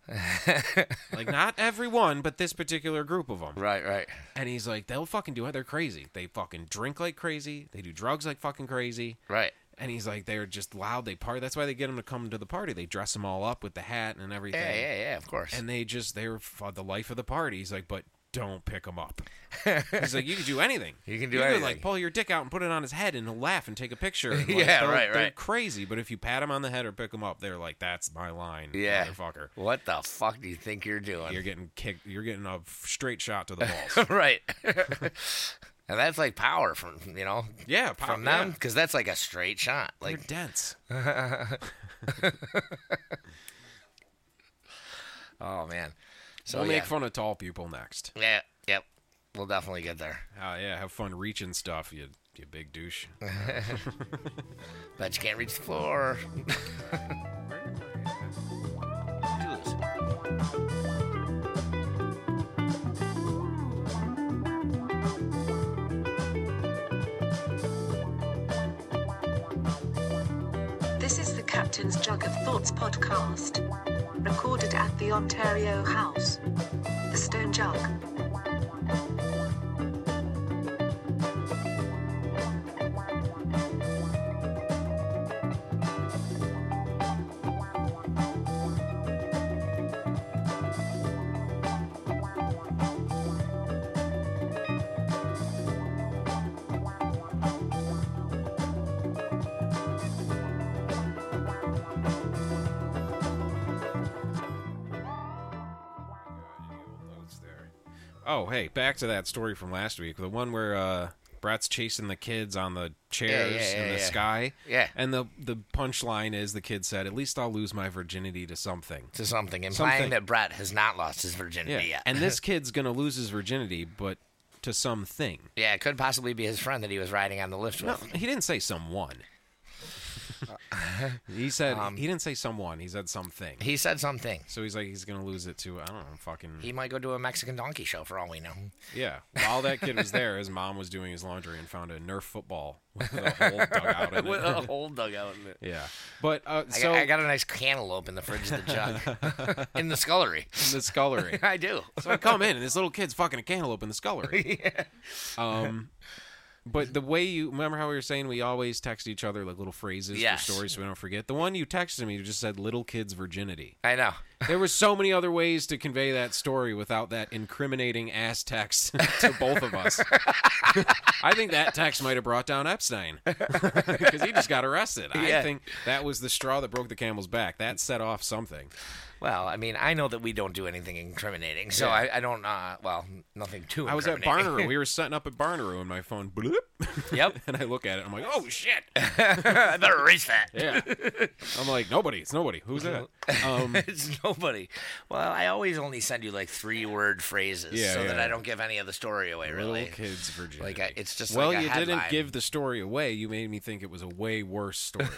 Speaker 2: like, not everyone, but this particular group of them.
Speaker 3: Right. Right.
Speaker 2: And he's like, they'll fucking do it. They're crazy. They fucking drink like crazy. They do drugs like fucking crazy.
Speaker 3: Right.
Speaker 2: And he's like, they're just loud. They party. That's why they get them to come to the party. They dress them all up with the hat and everything.
Speaker 3: Yeah. Yeah. Yeah. Of course.
Speaker 2: And they just, they're f- the life of the party. He's like, but don't pick them up. he's like, you can do anything.
Speaker 3: <laughs> You can do
Speaker 2: like
Speaker 3: anything.
Speaker 2: pull your dick out and put it on his head and he'll laugh and take a
Speaker 3: <laughs>
Speaker 2: picture. And, like,
Speaker 3: Yeah,
Speaker 2: they're-
Speaker 3: right,
Speaker 2: They're
Speaker 3: right.
Speaker 2: crazy, but if you pat him on the head or pick him up, they're like, that's my line,
Speaker 3: yeah.
Speaker 2: motherfucker.
Speaker 3: What the fuck do you think you're doing?
Speaker 2: You're getting kicked. You're getting a straight shot to the balls.
Speaker 3: <laughs> right. <laughs> and that's like power from you know
Speaker 2: yeah, pop,
Speaker 3: from them because that's like a straight shot.
Speaker 2: They're
Speaker 3: Like <laughs>
Speaker 2: dense.
Speaker 3: oh man. So
Speaker 2: we'll
Speaker 3: yeah.
Speaker 2: make fun of tall people next.
Speaker 3: yeah. Yep. We'll definitely get there.
Speaker 2: Ah, yeah, have fun reaching stuff, you you big douche.
Speaker 3: But you can't reach the floor. <laughs> Do this.
Speaker 1: This is the Captain's Jug of Thoughts podcast. Recorded at the Ontario House. The Stone Jug.
Speaker 2: Oh, hey, back to that story from last week, the one where uh, Brett's chasing the kids on the chairs
Speaker 3: yeah,
Speaker 2: in the
Speaker 3: yeah.
Speaker 2: sky.
Speaker 3: Yeah.
Speaker 2: And the the punchline is the kid said, "At least I'll lose my virginity to something."
Speaker 3: to something, implying
Speaker 2: Something.
Speaker 3: that Brett has not lost his virginity yet.
Speaker 2: And
Speaker 3: <laughs>
Speaker 2: this kid's gonna lose his virginity, but to something.
Speaker 3: yeah, it could possibly be his friend that he was riding on the lift
Speaker 2: No,
Speaker 3: with.
Speaker 2: he didn't say
Speaker 3: <laughs>
Speaker 2: someone. he said he didn't say someone. He said something.
Speaker 3: Um, He said something.
Speaker 2: so he's like he's gonna lose it to I don't know, fucking
Speaker 3: He might go to a Mexican donkey show for all we know.
Speaker 2: yeah. While that kid was there, his mom was doing his laundry and found a Nerf football with a hole dug out
Speaker 3: <laughs>
Speaker 2: in it.
Speaker 3: a hole dug out in it.
Speaker 2: Yeah, but uh,
Speaker 3: I,
Speaker 2: so
Speaker 3: got, I got a nice cantaloupe in the fridge of the <laughs> jug in the scullery.
Speaker 2: the
Speaker 3: <laughs>
Speaker 2: scullery.
Speaker 3: I do.
Speaker 2: So I come in, and this little kid's fucking a cantaloupe in the
Speaker 3: <laughs>
Speaker 2: scullery. Um, but the way you remember how we were saying we always text each other like little phrases
Speaker 3: Yes.
Speaker 2: for stories so we don't forget. The one you texted me, you just said "little kid's virginity."
Speaker 3: I know.
Speaker 2: There were so many other ways to convey that story without that incriminating ass text <laughs> to both of us. I think that text might have brought down Epstein <laughs> because he just got arrested. I
Speaker 3: Yeah.
Speaker 2: think that was the straw that broke the camel's back. That set off something.
Speaker 3: Well, I mean, I know that we don't do anything incriminating, so I, I don't. Uh, well, nothing too.
Speaker 2: I was at
Speaker 3: incriminating.
Speaker 2: Barnaroo. We were setting up at Barnaroo, and my phone bloop. <laughs>
Speaker 3: <laughs> Yep.
Speaker 2: and I look at it. I'm like, oh shit.
Speaker 3: I better erase that.
Speaker 2: Yeah. I'm like, nobody. It's nobody. Who's that? Um,
Speaker 3: <laughs> It's nobody. Well, I always only send you like three word phrases
Speaker 2: Yeah,
Speaker 3: so that
Speaker 2: yeah.
Speaker 3: I don't give any of the story away. Really,
Speaker 2: Little kids virginity.
Speaker 3: like I, it's just
Speaker 2: well,
Speaker 3: like a
Speaker 2: you didn't
Speaker 3: headline.
Speaker 2: give the story away. You made me think it was a way worse story.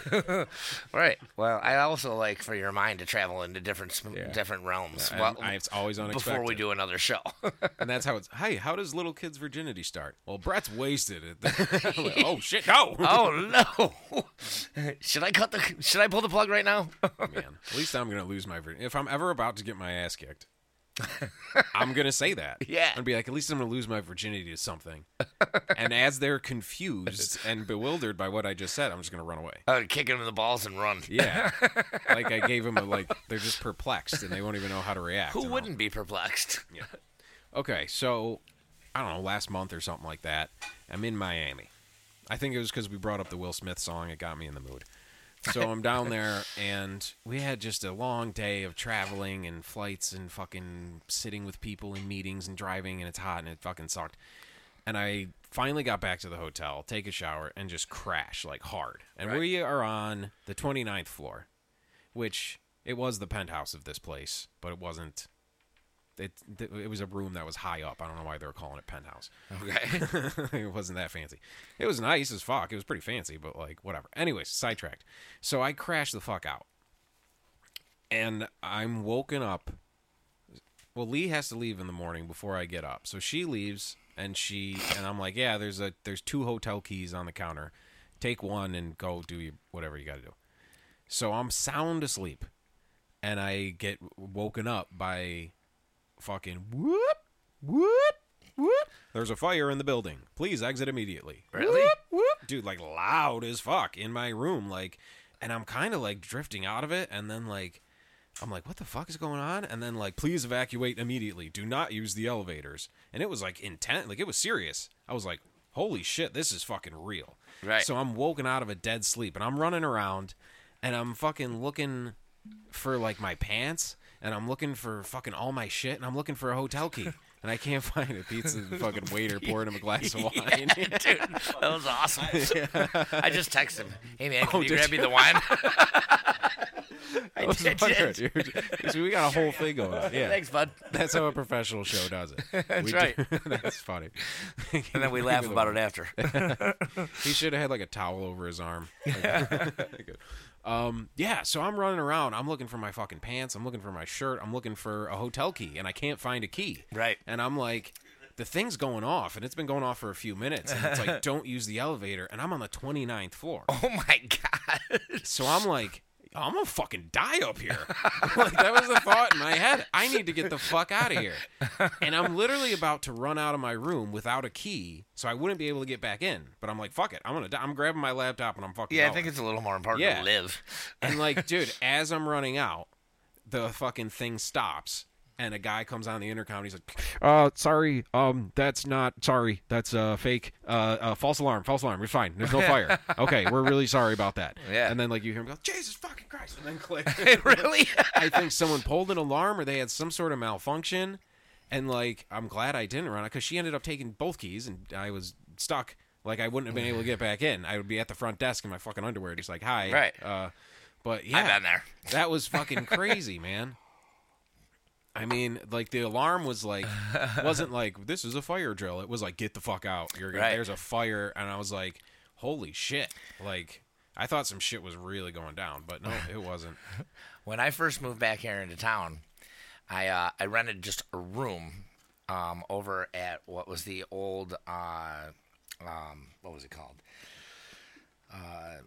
Speaker 3: right. Well, I also like for your mind to travel into different sm- different realms.
Speaker 2: And
Speaker 3: <laughs> well,
Speaker 2: I- it's always unexpected.
Speaker 3: before we do another show.
Speaker 2: And that's how it's. Hey, how does little kids' virginity start? Well, Brett's wasted it.
Speaker 3: <laughs>
Speaker 2: I'm like, oh shit, no.
Speaker 3: oh no! <laughs> should I cut the? Should I pull the plug right now?
Speaker 2: <laughs>
Speaker 3: <laughs>
Speaker 2: man. At least I'm gonna lose my virginity. If I'm ever about to get my ass
Speaker 3: <laughs>
Speaker 2: kicked, I'm gonna say that.
Speaker 3: Yeah.
Speaker 2: And be like, at least I'm gonna lose my virginity to something. <laughs> and as they're confused and bewildered by what I just said, I'm just gonna run away.
Speaker 3: <laughs> I would Uh, kick him in the balls and run.
Speaker 2: Yeah. like I gave them a like. They're just perplexed and they won't even know how to react.
Speaker 3: Who
Speaker 2: And I'll-
Speaker 3: wouldn't be <laughs> perplexed?
Speaker 2: Okay, so I don't know, last month or something like that. I'm in Miami. I think it was because we brought up the Will Smith song. It got me in the mood. So I'm down there, and we had just a long day of traveling and flights and fucking sitting with people in meetings and driving, and it's hot and it fucking sucked. And I finally got back to the hotel, take a shower, and just crash like hard. And we are on the 29th floor, which it was the penthouse of this place, but it wasn't it th- it was a room that was high up. I don't know why they were calling it penthouse.
Speaker 3: Oh. Okay.
Speaker 2: <laughs>
Speaker 3: <laughs>
Speaker 2: it wasn't that fancy. It was nice as fuck. It was pretty fancy, but like whatever. Anyways, sidetracked. So I crashed the fuck out, and I'm woken up. Well, Lee has to leave in the morning before I get up, so she leaves, and she and I'm like, yeah, there's a there's two hotel keys on the counter. Take one and go do your, whatever you got to do. So I'm sound asleep, and I get woken up by fucking whoop whoop whoop. There's a fire in the building. Please exit immediately.
Speaker 3: Really?
Speaker 2: Whoop, whoop. Dude, like loud as fuck in my room, like, and I'm kind of like drifting out of it, and then like. I'm like, what the fuck is going on? And then like, please evacuate immediately. Do not use the elevators. And it was like intent, like it was serious. I was like, holy shit, this is fucking real.
Speaker 3: Right.
Speaker 2: So I'm woken out of a dead sleep and I'm running around and I'm fucking looking for like my pants and I'm looking for fucking all my shit and I'm looking for a hotel key. And I can't find it. Pizza the fucking waiter pouring him a glass of wine. <laughs>
Speaker 3: Dude, that was <laughs> awesome. I just texted him. Hey <laughs> man, can
Speaker 2: Oh,
Speaker 3: you
Speaker 2: did
Speaker 3: grab me
Speaker 2: you?
Speaker 3: the wine? I
Speaker 2: I was
Speaker 3: did.
Speaker 2: wondering, dude. So we got a whole thing going on. Yeah.
Speaker 3: Thanks, bud.
Speaker 2: That's how a professional show does
Speaker 3: <laughs>
Speaker 2: it. That's
Speaker 3: right.
Speaker 2: <laughs> that's funny.
Speaker 3: <laughs> And
Speaker 2: <laughs>
Speaker 3: then we <laughs> laugh about it after.
Speaker 2: He should have had like a towel over his
Speaker 3: <laughs>
Speaker 2: arm. <laughs> Good. um, yeah, so I'm running around. I'm looking for my fucking pants. I'm looking for my shirt. I'm looking for a hotel key, and I can't find a key.
Speaker 3: Right.
Speaker 2: And I'm like, the thing's going off, and it's been going off for a few minutes. And it's
Speaker 3: <laughs>
Speaker 2: like, don't use the elevator. And I'm on the 29th floor.
Speaker 3: Oh my god.
Speaker 2: So I'm like, I'm gonna fucking die up
Speaker 3: <laughs>
Speaker 2: here. <laughs> like that was the thought in my head. I need to get the fuck out of here. And I'm literally about to run out of my room without a key, so I wouldn't be able to get back in. But I'm like, fuck it. I'm gonna. Die. I'm grabbing my laptop and I'm fucking.
Speaker 3: Yeah, I
Speaker 2: going.
Speaker 3: think it's a little more important
Speaker 2: Yeah.
Speaker 3: to live.
Speaker 2: And like, dude, as I'm running out, the fucking thing stops. And a guy comes on the intercom. And he's like, "Uh, sorry, um, that's not sorry. That's uh, fake. Uh, uh, false alarm. False alarm. We're fine. There's no fire. Okay, we're really sorry about that."
Speaker 3: Yeah.
Speaker 2: And then like you hear him go, "Jesus fucking Christ!" And then click.
Speaker 3: <laughs> <laughs> really?
Speaker 2: I think someone pulled an alarm or they had some sort of malfunction. And like, I'm glad I didn't run it because she ended up taking both keys and I was stuck. Like I wouldn't have been able to get back in. I would be at the front desk in my fucking underwear, just like hi.
Speaker 3: Right.
Speaker 2: Uh, but yeah,
Speaker 3: been there.
Speaker 2: That was fucking crazy, man. I mean, like the alarm was like wasn't like this is a fire drill. It was like get the fuck out. You're gonna
Speaker 3: Right.
Speaker 2: there's a fire, and I was like, holy shit. Like I thought some shit was really going down, but no, it wasn't.
Speaker 3: When I first moved back here into town, I uh, I rented just a room um, over at what was the old uh, um, what was it called? Uh,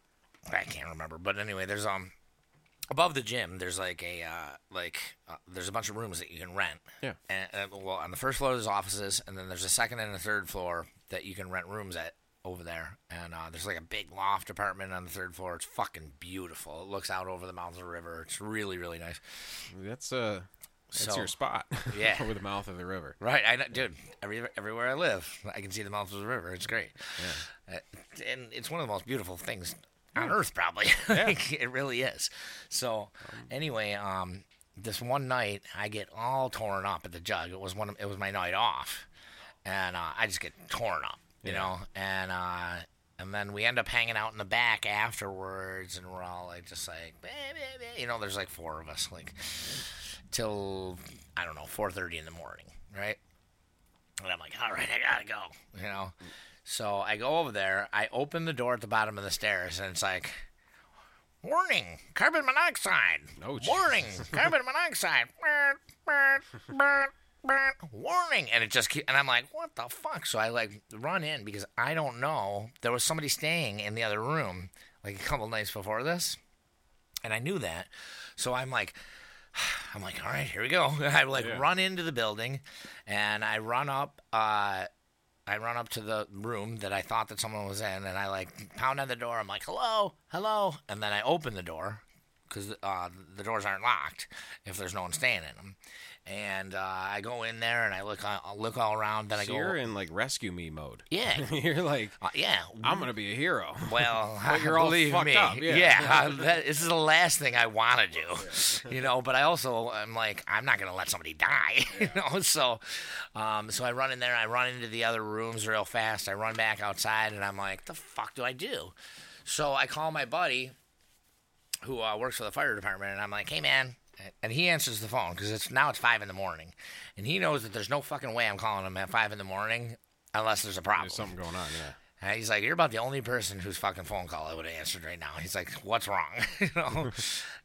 Speaker 3: I can't remember. But anyway, there's um above the gym. There's like a uh, like uh, there's a bunch of rooms that you can rent.
Speaker 2: Yeah.
Speaker 3: And, and well, on the first floor there's offices, and then there's a second and a third floor that you can rent rooms at over there. And uh, there's like a big loft apartment on the third floor. It's fucking beautiful. It looks out over the mouth of the river. It's really really nice.
Speaker 2: That's uh that's
Speaker 3: So-
Speaker 2: your spot.
Speaker 3: Yeah.
Speaker 2: <laughs> over the mouth of the river.
Speaker 3: Right, I know, dude. Every, everywhere I live, I can see the mouth of the river. It's great, Uh, and it's one of the most beautiful things on earth, probably. <laughs> Like, it really is. So, anyway, um, this one night, I get all torn up at the jug. It was one. Of, it was my night off, and uh, I just get torn up, you know. And uh, and then we end up hanging out in the back afterwards, and we're all like, just like, "Bah, bah, bah," you know, there's like four of us, like till I don't know four thirty in the morning, right? And I'm like, all right, I gotta go, you know. So I go over there. I open the door at the bottom of the stairs, and it's like, warning, carbon monoxide.
Speaker 2: Oh, jeez.
Speaker 3: warning, carbon
Speaker 2: <laughs>
Speaker 3: monoxide. Burr, burr, burr, burr. Warning, and it just keep, and I'm like, what the fuck? So I like run in because I don't know there was somebody staying in the other room like a couple nights before this, and I knew that, so I'm like, <sighs> I'm like, all right, here we go. <laughs> I like run into the building, and I run up. Uh, I run up to the room that I thought that someone was in, and I like pound on the door. I'm like, hello, hello, and then I open the door because uh, the doors aren't locked if there's no one staying in them. And uh, I go in there and I look, I look all around. Then I
Speaker 2: So
Speaker 3: go,
Speaker 2: you're in like rescue me mode. <laughs>
Speaker 3: yeah,
Speaker 2: you're like
Speaker 3: uh, yeah.
Speaker 2: I'm gonna be a hero. <laughs>
Speaker 3: Well,
Speaker 2: you're all
Speaker 3: believe
Speaker 2: fucked
Speaker 3: me,
Speaker 2: up, yeah. <laughs>
Speaker 3: uh, that, this is the last thing I want to do, <laughs> you know. But I also am like, I'm not gonna let somebody die, <laughs> you know. So, um, so I run in there, I run into the other rooms real fast, I run back outside, and I'm like, the fuck do I do? So I call my buddy, who uh, works for the fire department, and I'm like, hey man. And he answers the phone because it's now it's five in the morning, and he knows that there's no fucking way I'm calling him at five in the morning unless there's a problem.
Speaker 2: There's something going on, yeah.
Speaker 3: And he's like, "You're about the only person whose fucking phone call I would have answered right now." He's like, "What's wrong?" <laughs> you know.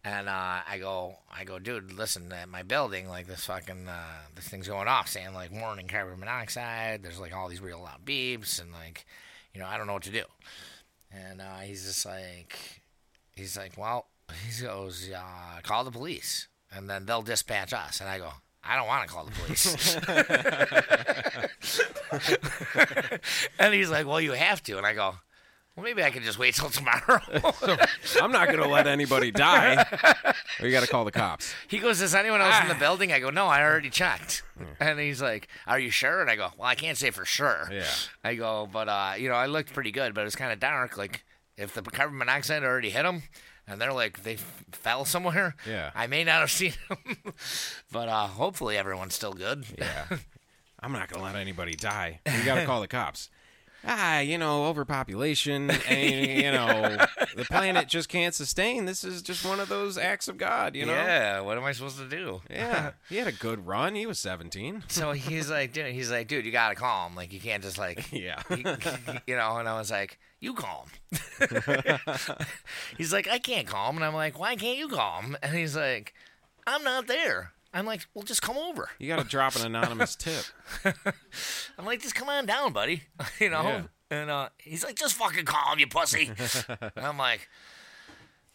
Speaker 3: and uh, I go, I go, dude, listen, at my building, like this fucking uh, this thing's going off, saying like warning carbon monoxide. There's like all these real loud beeps, and like, you know, I don't know what to do. And uh, he's just like, he's like, well, <laughs> he goes, uh, call the police, and then they'll dispatch us. And I go, I don't want to call the police. <laughs> and he's like, well, you have to. And I go, well, maybe I can just wait till <laughs> tomorrow.
Speaker 2: I'm not gonna let anybody
Speaker 3: <laughs>
Speaker 2: die. Or you gotta call the cops.
Speaker 3: he goes, is anyone else in
Speaker 2: Ah.
Speaker 3: the building? I go, no, I already checked. And he's like, are you sure? And I go, well, I can't say for sure.
Speaker 2: Yeah.
Speaker 3: I go, but uh, you know, I looked pretty good, but it was kind of dark. Like, if the carbon monoxide already hit them, and they're like they f- fell somewhere,
Speaker 2: Yeah.
Speaker 3: I may not have <laughs> seen them. but uh, hopefully, everyone's still good. <laughs>
Speaker 2: Yeah. I'm not gonna let anybody die. You gotta call the cops. Ah, you know, overpopulation, and you know, the planet just can't sustain. This is just one of those acts of God, you know.
Speaker 3: Yeah, what am I supposed to do?
Speaker 2: Yeah. He had a good run. He was 17.
Speaker 3: <laughs> So he's like, dude, he's like, dude, you gotta call him. Like, you can't
Speaker 2: <laughs>
Speaker 3: just like,
Speaker 2: <laughs> Yeah.
Speaker 3: you, <laughs> you know. And I was like, you call
Speaker 2: <laughs>
Speaker 3: him. he's like, I can't call him, and I'm like, why can't you call him? And he's like, I'm not there. I'm like, well, just come over.
Speaker 2: You gotta drop an anonymous tip.
Speaker 3: I'm like, just come on down, buddy. <laughs> You know?
Speaker 2: Yeah.
Speaker 3: And uh, he's like, just fucking call him, you pussy. I'm like,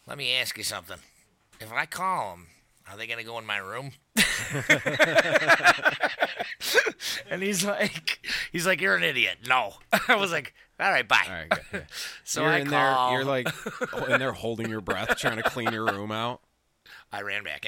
Speaker 3: let me ask you something. If I call him, are they going to go in my room? <laughs> and he's like, he's like, you're an idiot. No. <laughs> I was like, all right, bye.
Speaker 2: All right, good. Yeah.
Speaker 3: <laughs> So
Speaker 2: you're
Speaker 3: I
Speaker 2: in
Speaker 3: call.
Speaker 2: there. You're like,
Speaker 3: <laughs>
Speaker 2: oh, in there holding your breath, trying to clean your room out.
Speaker 3: I ran back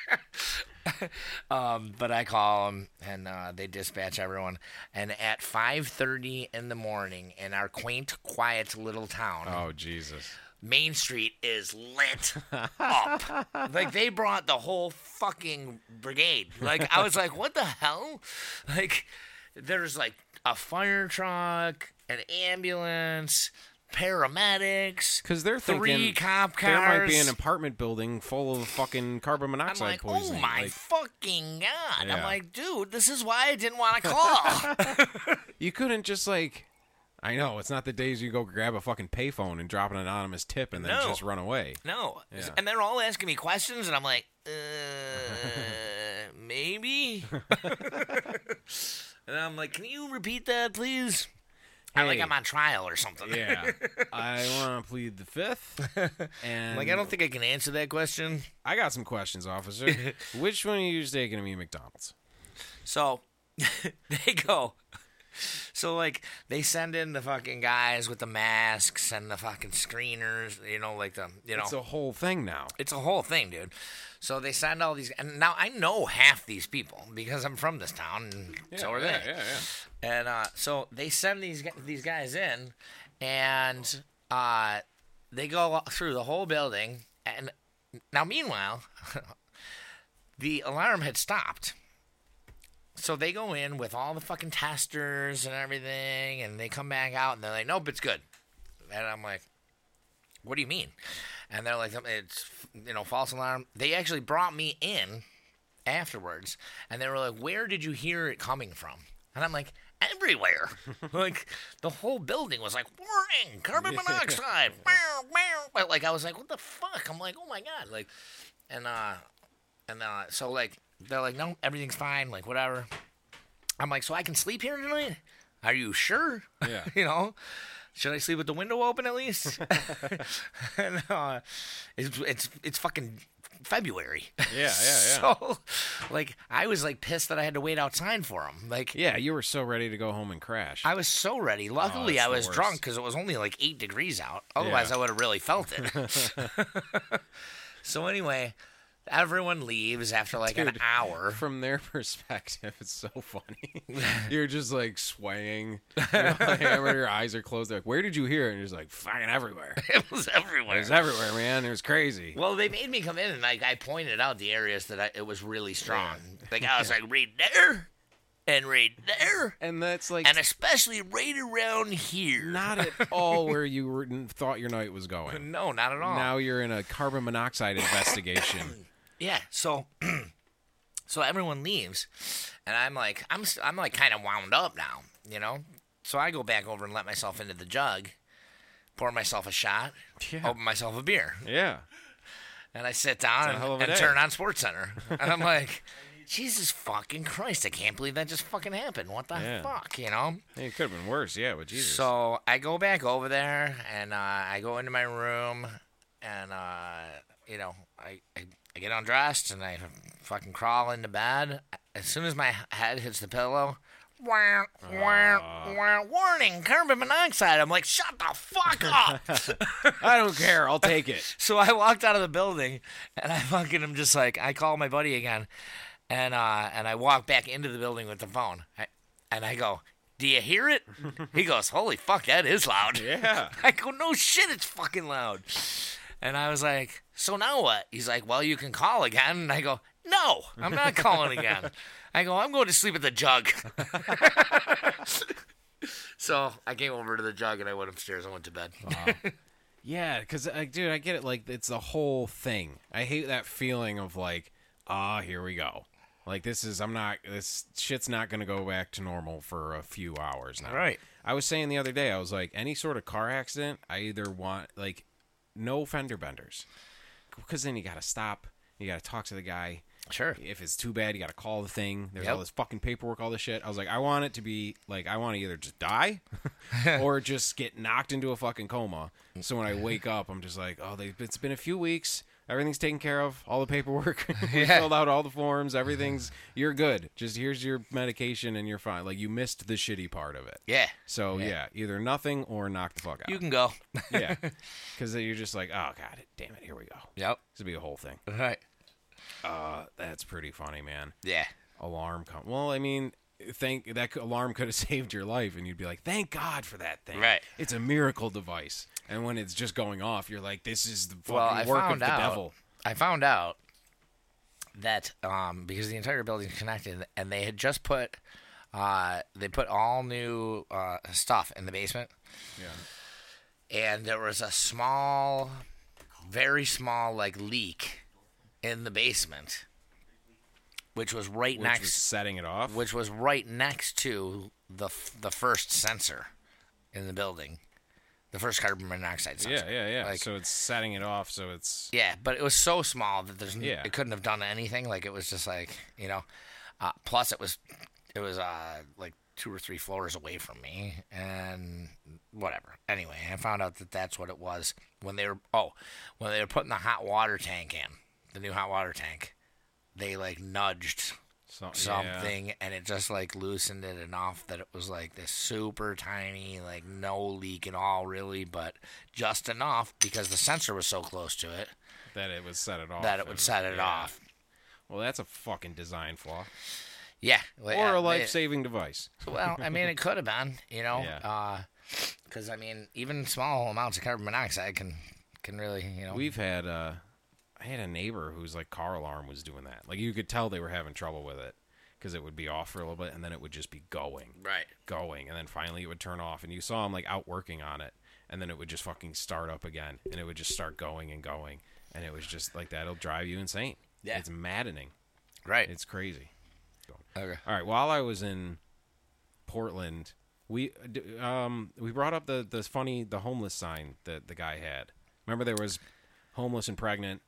Speaker 2: <laughs>
Speaker 3: in. um, but I call them and uh, they dispatch everyone. And at 5:30 in the morning in our quaint, quiet little town,
Speaker 2: Oh Jesus!
Speaker 3: Main Street
Speaker 2: <laughs>
Speaker 3: is lit up. like they brought the whole fucking brigade. Like I was like, what the hell? Like there's like a fire truck, an ambulance, paramedics.
Speaker 2: Because they're
Speaker 3: three
Speaker 2: thinking
Speaker 3: cop cars.
Speaker 2: there might be an apartment building full of fucking carbon
Speaker 3: I'm
Speaker 2: monoxide
Speaker 3: like, oh
Speaker 2: poisoning.
Speaker 3: my
Speaker 2: Like,
Speaker 3: fucking god! I'm
Speaker 2: Yeah.
Speaker 3: like, dude, this is why I didn't want to
Speaker 2: <laughs>
Speaker 3: call.
Speaker 2: you couldn't just like. I know it's not the days you go grab a fucking payphone and drop an anonymous tip and then
Speaker 3: No.
Speaker 2: just run away.
Speaker 3: no,
Speaker 2: Yeah.
Speaker 3: and they're all asking me questions, and I'm like,
Speaker 2: <laughs>
Speaker 3: uh, maybe. and I'm like, can you repeat that, please? I'm like,
Speaker 2: Hey.
Speaker 3: I'm on trial or something.
Speaker 2: Yeah, I want to plead the
Speaker 3: <laughs>
Speaker 2: fifth. And
Speaker 3: I'm <laughs> like, I don't think I can answer that question.
Speaker 2: I got some questions, officer.
Speaker 3: <laughs>
Speaker 2: Which one of you is taking me to McDonald's?
Speaker 3: So <laughs> they go. So like they send in the fucking guys with the masks and the fucking screeners, you know, like the you know
Speaker 2: It's a whole thing now.
Speaker 3: it's a whole thing, dude. So they send all these and now I know half these people because I'm from this town and so are
Speaker 2: yeah,
Speaker 3: they.
Speaker 2: yeah, yeah.
Speaker 3: And uh, so they send these gu- these guys in, and uh, they go through the whole building. And now, meanwhile, <laughs> the alarm had stopped. So they go in with all the fucking testers and everything, and they come back out and they're like, "Nope, it's good." And I'm like, "What do you mean?" And they're like, "It's you know false alarm." They actually brought me in afterwards and they were like where did you hear it coming from and i'm like everywhere <laughs> like the whole building was like warning carbon monoxide <laughs> wow wow but like i was like what the fuck i'm like oh my god like and uh and uh so like they're like no everything's fine like whatever i'm like so i can sleep here tonight are you sure
Speaker 2: Yeah.
Speaker 3: <laughs> you know should I sleep with the window open at least? <laughs> and, uh, it's, it's it's fucking February.
Speaker 2: Yeah, yeah, yeah.
Speaker 3: <laughs> So, like, I was like pissed that I had to wait outside for him. Like,
Speaker 2: Yeah, you were so ready to go home and crash.
Speaker 3: I was so ready. Luckily,
Speaker 2: that's
Speaker 3: I
Speaker 2: Oh, the
Speaker 3: was drunk 'cause
Speaker 2: worst.
Speaker 3: drunk because it was only like eight degrees out. Otherwise,
Speaker 2: Yeah.
Speaker 3: I would have really felt it.
Speaker 2: <laughs>
Speaker 3: <laughs> so anyway, everyone leaves after like an
Speaker 2: Dude.
Speaker 3: hour. <laughs>
Speaker 2: From their <laughs> perspective, it's so funny. You're just like
Speaker 3: <laughs>
Speaker 2: swaying. You know, like, everywhere your eyes are closed. They're like, where did you hear it? And you're just like, fucking everywhere.
Speaker 3: It was everywhere.
Speaker 2: It was everywhere, man. It was crazy.
Speaker 3: Well, they made me come in and like I pointed out the areas that I, it was really strong.
Speaker 2: <laughs>
Speaker 3: Like I was like right there, and right there,
Speaker 2: And that's like
Speaker 3: and especially right around here.
Speaker 2: not at
Speaker 3: <laughs>
Speaker 2: all where you were, thought your night was going.
Speaker 3: no, not at all.
Speaker 2: Now you're in a carbon monoxide
Speaker 3: <laughs>
Speaker 2: investigation.
Speaker 3: Yeah. So, <clears throat> so everyone leaves, and I'm like, I'm, s- I'm like kind of wound up now, you know. So I go back over and let myself into the jug, pour myself a shot,
Speaker 2: Yeah.
Speaker 3: open myself a beer,
Speaker 2: yeah.
Speaker 3: and I sit down
Speaker 2: a hell of
Speaker 3: and,
Speaker 2: a
Speaker 3: and
Speaker 2: day.
Speaker 3: turn on
Speaker 2: <laughs>
Speaker 3: Sports Center, and I'm like, Jesus fucking Christ, I can't believe that just fucking happened. What the
Speaker 2: Yeah.
Speaker 3: fuck, you know?
Speaker 2: It could have been worse. Yeah, but Jesus.
Speaker 3: So I go back over there and uh, I go into my room and uh, you know I, I I get undressed and I fucking crawl into bed. As soon as my head hits the pillow, wah, wah, wah, warning carbon monoxide. I'm like, shut the fuck up. <laughs>
Speaker 2: I don't care. I'll take it.
Speaker 3: so I walked out of the building and I fucking am just like I call my buddy again and uh and I walk back into the building with the phone I, and I go, do you hear it? He goes, holy fuck, that is
Speaker 2: <laughs>
Speaker 3: loud.
Speaker 2: Yeah.
Speaker 3: <laughs> I go, no shit, it's fucking loud. And I was like, so now what? He's like, well, you can call again. And I go, no, I'm not calling <laughs> again. I go, I'm going to sleep at the jug. <laughs> so I came over to the jug and I went upstairs. I went to bed.
Speaker 2: Yeah, because like, dude, I get it. Like, it's the whole thing. I hate that feeling of like, ah, here we go. Like, this is I'm not this shit's not gonna go back to normal for a few hours now.
Speaker 3: Right.
Speaker 2: I was saying the other day, I was like, any sort of car accident, I either want like no fender benders, because then you gotta stop, you gotta talk to the guy.
Speaker 3: Sure.
Speaker 2: If it's too bad, you gotta call the thing. There's all
Speaker 3: Yep.
Speaker 2: this fucking paperwork, all this shit. I was like, I want it to be like, I want to either just die <laughs> or just get knocked into a fucking coma. So when I wake up, I'm just like, oh, they, it's been a few weeks. Everything's taken care of. All the paperwork, <laughs> we filled out all the forms. Everything's you're good. Just here's your medication and you're fine. Like you missed the shitty part of it.
Speaker 3: Yeah.
Speaker 2: So yeah, either nothing or knock the fuck out.
Speaker 3: You can go.
Speaker 2: yeah, <laughs> because you're just like, oh god, damn it, here we go.
Speaker 3: Yep.
Speaker 2: This would be a whole thing.
Speaker 3: Right.
Speaker 2: Uh, that's pretty funny, man
Speaker 3: Yeah.
Speaker 2: alarm come. Well, I mean, thank that c- alarm could have <laughs> saved your life, and you'd be like, "Thank God for that thing."
Speaker 3: Right.
Speaker 2: It's a miracle device, and when it's just going off, you're like, "This is the fucking
Speaker 3: Well, I
Speaker 2: work
Speaker 3: found
Speaker 2: of the
Speaker 3: out.
Speaker 2: devil."
Speaker 3: I found out that um, because the entire building's connected, and they had just put Uh, they put all new uh, stuff in the basement,
Speaker 2: Yeah.
Speaker 3: and there was a small, very small, like leak in the basement, which was right
Speaker 2: Which
Speaker 3: next
Speaker 2: was setting it off.
Speaker 3: which was right next to the f- the first sensor in the building, the first carbon monoxide sensor.
Speaker 2: yeah, yeah, yeah.
Speaker 3: Like,
Speaker 2: so it's setting it off. So it's
Speaker 3: yeah, but it was so small that there's n-
Speaker 2: Yeah.
Speaker 3: it couldn't have done anything. Like it was just like you know, uh, plus it was it was uh, like two or three floors away from me and whatever. Anyway, I found out that that's what it was when they were oh when they were putting the hot water tank in the new hot water tank, they like nudged
Speaker 2: so-
Speaker 3: something and it just like loosened it enough that it was like this super tiny like no leak at all really but just enough because the sensor was so close to it
Speaker 2: yeah, that it would set it off.
Speaker 3: that it would
Speaker 2: and-
Speaker 3: set it
Speaker 2: yeah.
Speaker 3: off
Speaker 2: Well, that's a fucking design flaw
Speaker 3: yeah
Speaker 2: or a
Speaker 3: life
Speaker 2: life-saving device.
Speaker 3: well i mean it could have been you know
Speaker 2: Yeah.
Speaker 3: because i mean even small amounts of carbon monoxide can can really you know
Speaker 2: We've had uh I had a neighbor whose like car alarm was doing that. Like you could tell they were having trouble with it because it would be off for a little bit and then it would just be going,
Speaker 3: right
Speaker 2: going, and then finally it would turn off and you saw him like out working on it and then it would just fucking start up again and it would just start going and going and it was just like that'll drive you insane.
Speaker 3: Yeah.
Speaker 2: It's maddening.
Speaker 3: right
Speaker 2: It's crazy.
Speaker 3: okay
Speaker 2: All right, while I was in Portland, we d- um we brought up the the funny the homeless sign that the guy had. Remember there was homeless and pregnant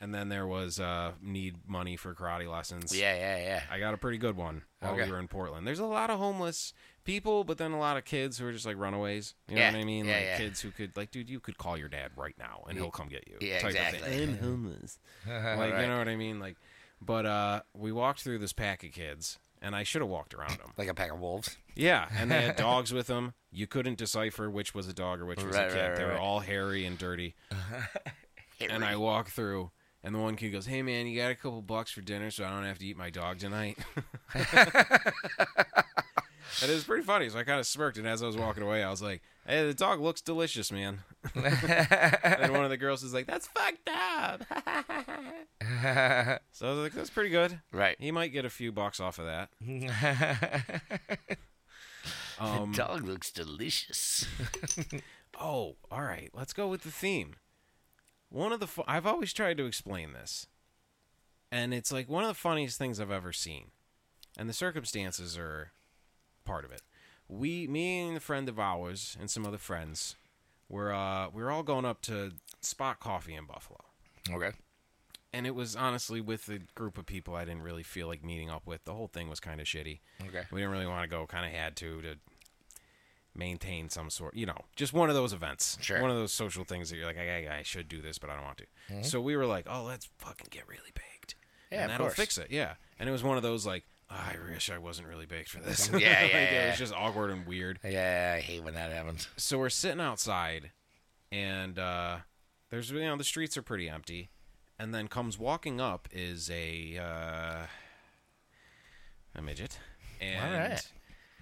Speaker 2: and then there was uh need money for karate lessons.
Speaker 3: yeah yeah yeah
Speaker 2: I got a pretty good one while
Speaker 3: Okay.
Speaker 2: we were in Portland. There's a lot of homeless people, but then a lot of kids who are just like runaways. You know
Speaker 3: Yeah,
Speaker 2: what I mean?
Speaker 3: yeah,
Speaker 2: like
Speaker 3: yeah.
Speaker 2: kids who could like dude, you could call your dad right now and he'll come get you.
Speaker 3: Yeah,
Speaker 2: type of thing.
Speaker 3: exactly. <laughs>
Speaker 5: I'm homeless.
Speaker 2: Like you
Speaker 3: Right.
Speaker 2: know what I mean? Like, but uh, we walked through this pack of kids, and I should have walked around them.
Speaker 3: like a pack of wolves <laughs>
Speaker 2: Yeah, and they had dogs with them. You couldn't decipher which was a dog or which was
Speaker 3: Right,
Speaker 2: a kid.
Speaker 3: right,
Speaker 2: they were
Speaker 3: right.
Speaker 2: all hairy and dirty. and I walk through, and the one kid goes, "Hey man, you got a couple bucks for dinner, so I don't have to eat my dog tonight." <laughs> And it was pretty funny, so I kind of smirked. And as I was walking away, I was like, "Hey, the dog looks delicious,
Speaker 3: <laughs>
Speaker 2: man." and one of the girls is like, "That's fucked up." <laughs> so I was like, "That's pretty good."
Speaker 3: right
Speaker 2: He might get a few bucks off of that. um,
Speaker 3: the dog looks delicious
Speaker 2: Oh, all right. Let's go with the theme. One of the fu- I've always tried to explain this, and it's like one of the funniest things I've ever seen, and the circumstances are part of it. We, me and a friend of ours, and some other friends, were uh, we were all going up to Spot Coffee in Buffalo,
Speaker 3: <laughs> okay
Speaker 2: and it was honestly with a group of people I didn't really feel like meeting up with. The whole thing was kind of shitty.
Speaker 3: okay
Speaker 2: We didn't really want to go. Kind of had to to maintain some sort. You know, just one of those events.
Speaker 3: Sure.
Speaker 2: One of those social things that you're like, I, I, I should do this, but I don't want to. So we were like, oh, let's fucking get really baked.
Speaker 3: Mm-hmm. Yeah,
Speaker 2: and
Speaker 3: of
Speaker 2: that'll
Speaker 3: course.
Speaker 2: fix it. Yeah. And it was one of those like, "Oh, I wish I wasn't really baked for this. <laughs>
Speaker 3: yeah,
Speaker 2: Like, It
Speaker 3: yeah.
Speaker 2: was just awkward and weird.
Speaker 3: Yeah, I hate when that happens.
Speaker 2: So we're sitting outside, and uh, there's you know the streets are pretty empty, and then comes walking up is a uh, a midget, and
Speaker 3: right.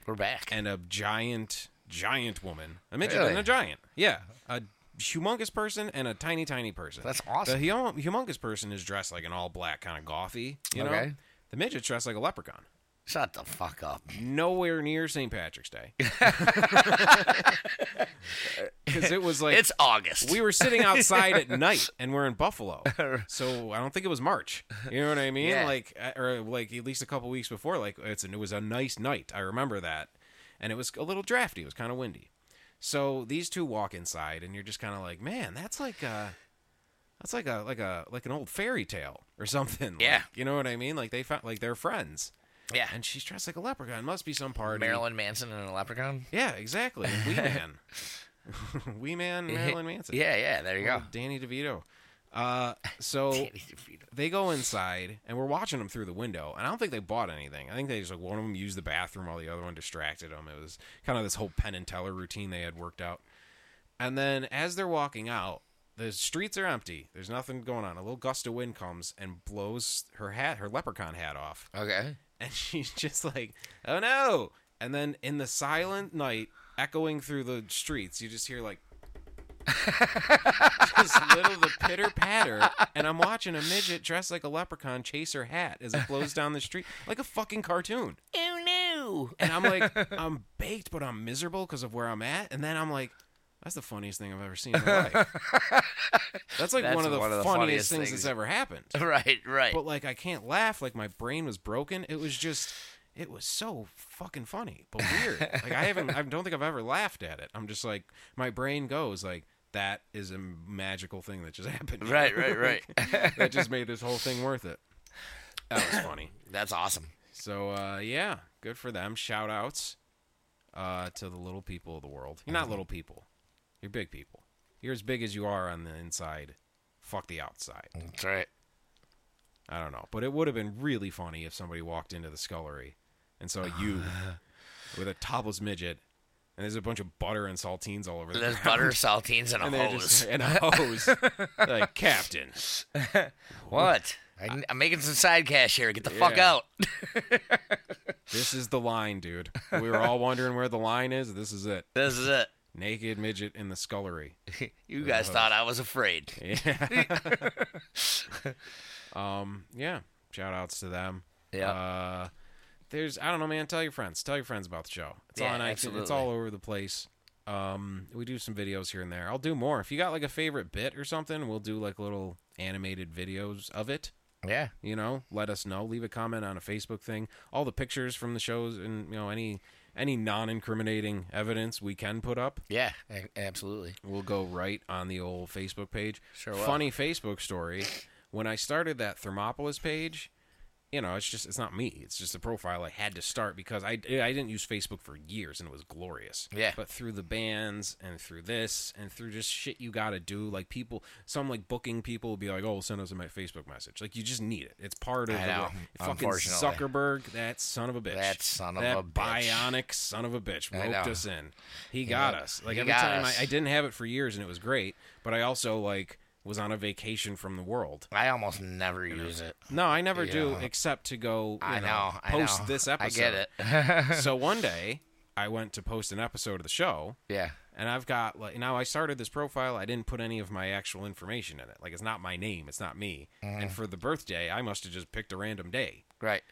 Speaker 3: We're back.
Speaker 2: and a giant, giant woman. A midget
Speaker 3: Really?
Speaker 2: and a giant. Yeah. A humongous person and a tiny, tiny person.
Speaker 3: That's awesome.
Speaker 2: The hum- humongous person is dressed like an all black, kind of gothy. You know?
Speaker 3: Okay.
Speaker 2: The midget's dressed like a leprechaun.
Speaker 3: Shut the fuck up.
Speaker 2: Nowhere near St. Patrick's
Speaker 3: <laughs>
Speaker 2: Day. <laughs> Because it was like.
Speaker 3: It's August.
Speaker 2: we were sitting outside at night, and we're in Buffalo, so I don't think it was March. You know what I mean?
Speaker 3: Yeah.
Speaker 2: Like, uh, or like at least a couple weeks before. Like, it's an, it was a nice night. I remember that, and it was a little drafty. It was kind of windy. So these two walk inside, and you're just kind of like, man, that's like a, that's like a like a like an old fairy tale or something. Like,
Speaker 3: Yeah.
Speaker 2: you know what I mean? Like they found like they're friends,
Speaker 3: yeah.
Speaker 2: and she's dressed like a leprechaun. Must be some party.
Speaker 3: Marilyn Manson and a leprechaun.
Speaker 2: Yeah, exactly. Wee
Speaker 3: <laughs>
Speaker 2: man. <laughs> Wee man, Marilyn Manson. Oh.
Speaker 3: Yeah, yeah. There you go.
Speaker 2: Danny DeVito. Uh, so
Speaker 3: <laughs> Danny DeVito.
Speaker 2: they go inside, and we're watching them through the window. And I don't think they bought anything. I think they just like one of them used the bathroom while the other one distracted them. It was kind of this whole Penn and Teller routine they had worked out. And then as they're walking out, the streets are empty. There's nothing going on. A little gust of wind comes and blows her hat, her leprechaun hat off,
Speaker 3: Okay.
Speaker 2: and <laughs> she's just like, "Oh no!" And then in the silent night, echoing through the streets, you just hear like <laughs> just little the pitter patter, and I'm watching a midget dressed like a leprechaun chase her hat as it blows down the street like a fucking cartoon.
Speaker 3: Oh no. do?
Speaker 2: and I'm like, I'm baked, but I'm miserable because of where I'm at. And then I'm like, that's the funniest thing I've ever seen in my
Speaker 3: <laughs>
Speaker 2: life. that's like
Speaker 3: That's
Speaker 2: one of the
Speaker 3: one of the
Speaker 2: funniest,
Speaker 3: funniest
Speaker 2: things,
Speaker 3: things.
Speaker 2: that's ever happened.
Speaker 3: <laughs> right, right.
Speaker 2: But like, I can't laugh. Like my brain was broken. It was just, it was so fucking funny, but weird. like I haven't, I don't think I've ever laughed at it. I'm just like, my brain goes like. That is a magical thing that just <laughs> happened.
Speaker 3: Right, right, right.
Speaker 2: Like, that just made this whole thing worth it. That was funny.
Speaker 3: <laughs> That's awesome.
Speaker 2: So uh, yeah, good for them. Shout outs uh, to the little people of the world. You're not little people. You're big people. You're as big as you are on the inside. Fuck the outside.
Speaker 3: That's right.
Speaker 2: I don't know, but it would have been really funny if somebody walked into the scullery and saw
Speaker 3: <laughs>
Speaker 2: you with a topless midget, and there's a bunch of butter and saltines all over the
Speaker 3: There's
Speaker 2: ground.
Speaker 3: <laughs> butter, saltines, and
Speaker 2: <laughs>
Speaker 3: a
Speaker 2: And they're
Speaker 3: hose.
Speaker 2: just
Speaker 3: <laughs>
Speaker 2: and a hose, like Captain.
Speaker 3: What? I, am making some side cash here. Get the fuck
Speaker 2: Yeah.
Speaker 3: out. <laughs>
Speaker 2: This is the line, dude. We were all wondering where the line is. This is it.
Speaker 3: This is it.
Speaker 2: Naked midget in the scullery. <laughs>
Speaker 3: <laughs> You guys thought I was afraid.
Speaker 2: Um, yeah. Shout outs to them.
Speaker 3: Yeah.
Speaker 2: Uh, there's I don't know, man. Tell your friends. Tell your friends about the show. It's
Speaker 3: Yeah,
Speaker 2: on iTunes. It's
Speaker 3: absolutely.
Speaker 2: all over the place. Um, we do some videos here and there. I'll do more. If you got like a favorite bit or something, we'll do like little animated videos of it.
Speaker 3: Yeah.
Speaker 2: You know, let us know. Leave a comment on a Facebook thing. All the pictures from the shows and you know any any non-incriminating evidence we can put up
Speaker 3: Yeah. a- Absolutely.
Speaker 2: will go right on the old Facebook page.
Speaker 3: Sure will.
Speaker 2: Funny Facebook story. When I started that Thermopolis page, you know, it's just it's not me. It's just a profile I had to start because I I didn't use Facebook for years and it was glorious.
Speaker 3: Yeah.
Speaker 2: But through the bands and through this and through just shit you got to do, like people, some like booking people will be like, "Oh, send us a me- Facebook message." Like you just need it. It's part of the-
Speaker 3: I know,
Speaker 2: fucking
Speaker 3: unfortunately.
Speaker 2: Zuckerberg, that son of a bitch.
Speaker 3: That son of
Speaker 2: That
Speaker 3: a bitch.
Speaker 2: bionic son of a bitch
Speaker 3: I
Speaker 2: roped
Speaker 3: know.
Speaker 2: us in. He got
Speaker 3: got-
Speaker 2: us. Like
Speaker 3: he
Speaker 2: every
Speaker 3: got
Speaker 2: time I,
Speaker 3: us.
Speaker 2: I didn't have it for years and it was great, but I also like was on a vacation from the world.
Speaker 3: I almost never use it.
Speaker 2: No, I never do
Speaker 3: Yeah.
Speaker 2: except to go you
Speaker 3: I know. I
Speaker 2: post
Speaker 3: know.
Speaker 2: this episode.
Speaker 3: <laughs> I get it. <laughs>
Speaker 2: so one day I went to post an episode of the show
Speaker 3: yeah.
Speaker 2: and I've got like now I started this profile. I didn't put any of my actual information in it. Like it's not my name, it's not me.
Speaker 3: Mm.
Speaker 2: And for the birthday, I must have just picked a random day
Speaker 3: Right.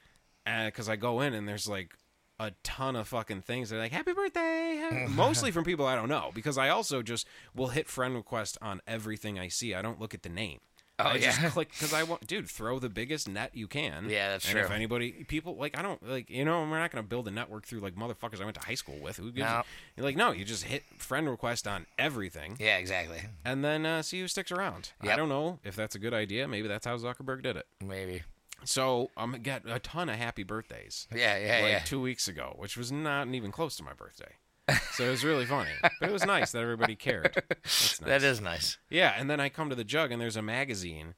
Speaker 2: because I go in and there's like a ton of fucking things. They're like, "Happy birthday!"
Speaker 3: <laughs>
Speaker 2: ha-" mostly from people I don't know. Because I also just will hit friend request on everything I see. I don't look at the name.
Speaker 3: Oh,
Speaker 2: I
Speaker 3: yeah.
Speaker 2: just
Speaker 3: <laughs>
Speaker 2: click because I want, dude, throw the biggest net you can.
Speaker 3: Yeah, that's
Speaker 2: and If
Speaker 3: true.
Speaker 2: anybody, people like, I don't like, you know, we're not gonna build a network through like motherfuckers I went to high school with. Who gives? a-
Speaker 3: No.
Speaker 2: You're like, no, you just hit friend request on everything,
Speaker 3: Yeah. Exactly.
Speaker 2: and then uh, see who sticks around. I
Speaker 3: Yep.
Speaker 2: don't know if that's a good idea. Maybe that's how Zuckerberg did it.
Speaker 3: Maybe.
Speaker 2: So I'm got a ton of happy birthdays
Speaker 3: Yeah. Yeah.
Speaker 2: like
Speaker 3: yeah.
Speaker 2: two weeks ago, which was not even close to my birthday. So it was really funny. but it was nice that everybody cared. That's nice.
Speaker 3: <laughs> That is nice.
Speaker 2: Yeah, and then I come to the jug and there's a magazine,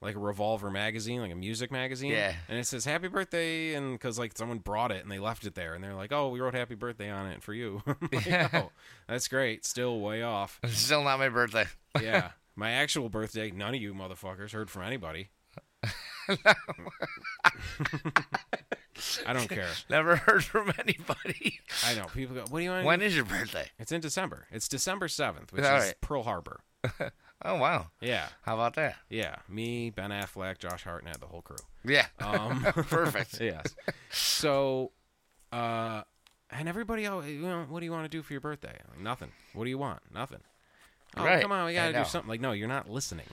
Speaker 2: like a Revolver magazine, like a music magazine.
Speaker 3: Yeah.
Speaker 2: And it says happy birthday, and because like someone brought it and they left it there, and they're like, oh, we wrote happy birthday on it for you. <laughs> I'm like, oh, that's great. Still way off.
Speaker 3: It's still not my birthday.
Speaker 2: Yeah. My actual birthday, none of you motherfuckers heard from
Speaker 3: <laughs>
Speaker 2: anybody. <laughs> I don't care.
Speaker 3: Never <laughs> heard from <laughs> anybody.
Speaker 2: I know. People go, what do you want to
Speaker 3: when is your birthday?
Speaker 2: It's in December. It's December 7th, which
Speaker 3: All
Speaker 2: is
Speaker 3: right.
Speaker 2: Pearl Harbor.
Speaker 3: Oh wow.
Speaker 2: Yeah.
Speaker 3: How about that?
Speaker 2: Yeah. Me, Ben Affleck, Josh Hartnett, the whole crew.
Speaker 3: Yeah. <laughs>
Speaker 2: Um, <laughs>
Speaker 3: Perfect.
Speaker 2: yes. So, uh, and everybody, oh, you know, what do you want to do for your birthday? I'm like, Nothing. What do you want? Nothing. Oh,
Speaker 3: Right.
Speaker 2: come on. We
Speaker 3: I
Speaker 2: got to
Speaker 3: know.
Speaker 2: do something. Like, no, you're not
Speaker 3: <laughs>
Speaker 2: listening.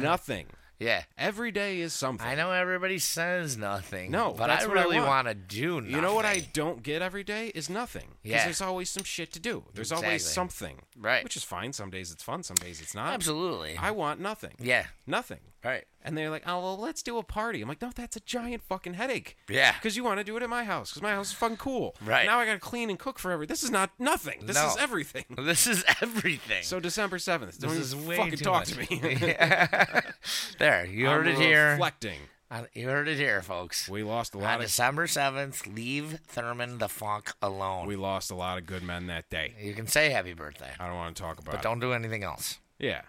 Speaker 2: Nothing.
Speaker 3: Yeah.
Speaker 2: Every day is something.
Speaker 3: I know everybody says nothing.
Speaker 2: No,
Speaker 3: but
Speaker 2: that's
Speaker 3: I
Speaker 2: what I
Speaker 3: really
Speaker 2: want.
Speaker 3: want to do. Nothing.
Speaker 2: You know what I don't get every day is nothing. Because
Speaker 3: Yeah.
Speaker 2: there's always some shit to do. There's always
Speaker 3: Exactly.
Speaker 2: something.
Speaker 3: Right.
Speaker 2: Which is fine. Some days it's fun. Some days it's not.
Speaker 3: Absolutely.
Speaker 2: I want nothing.
Speaker 3: yeah.
Speaker 2: Nothing.
Speaker 3: Right.
Speaker 2: And they're like, oh, well, let's do a party. I'm like, no, that's a giant fucking headache.
Speaker 3: Yeah.
Speaker 2: Because you want to do it at my house because my house is fucking cool.
Speaker 3: Right.
Speaker 2: Now I got to clean and cook for every. This is not nothing. This
Speaker 3: No.
Speaker 2: is everything.
Speaker 3: <laughs>
Speaker 2: <laughs>
Speaker 3: This is everything.
Speaker 2: So December 7th. Don't even
Speaker 3: this is way
Speaker 2: fucking
Speaker 3: too
Speaker 2: talk
Speaker 3: much. <laughs>
Speaker 2: to me. <laughs>
Speaker 3: there, you heard it
Speaker 2: I'm
Speaker 3: here.
Speaker 2: Reflecting.
Speaker 3: Uh, You heard it here, folks.
Speaker 2: We lost a
Speaker 3: On
Speaker 2: lot of.
Speaker 3: December seventh, leave Thurman the funk
Speaker 2: <laughs>
Speaker 3: alone.
Speaker 2: We lost a lot of good men that day.
Speaker 3: you can say happy birthday,
Speaker 2: I don't want to talk about
Speaker 3: but
Speaker 2: it.
Speaker 3: don't do anything else. <laughs>
Speaker 2: Yeah.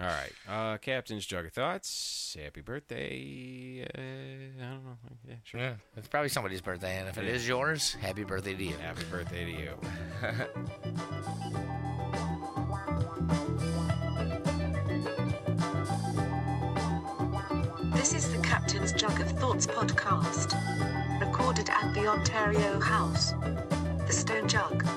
Speaker 2: All right. Uh, Captain's Jug of Thoughts. Happy birthday. Uh, I don't know. Yeah, sure.
Speaker 3: Yeah, it's probably somebody's birthday, and if it is yours, happy birthday to you.
Speaker 2: Happy birthday to you.
Speaker 1: This is the Captain's Jug of Thoughts podcast, recorded recorded at the Ontario House. The Stone Jug.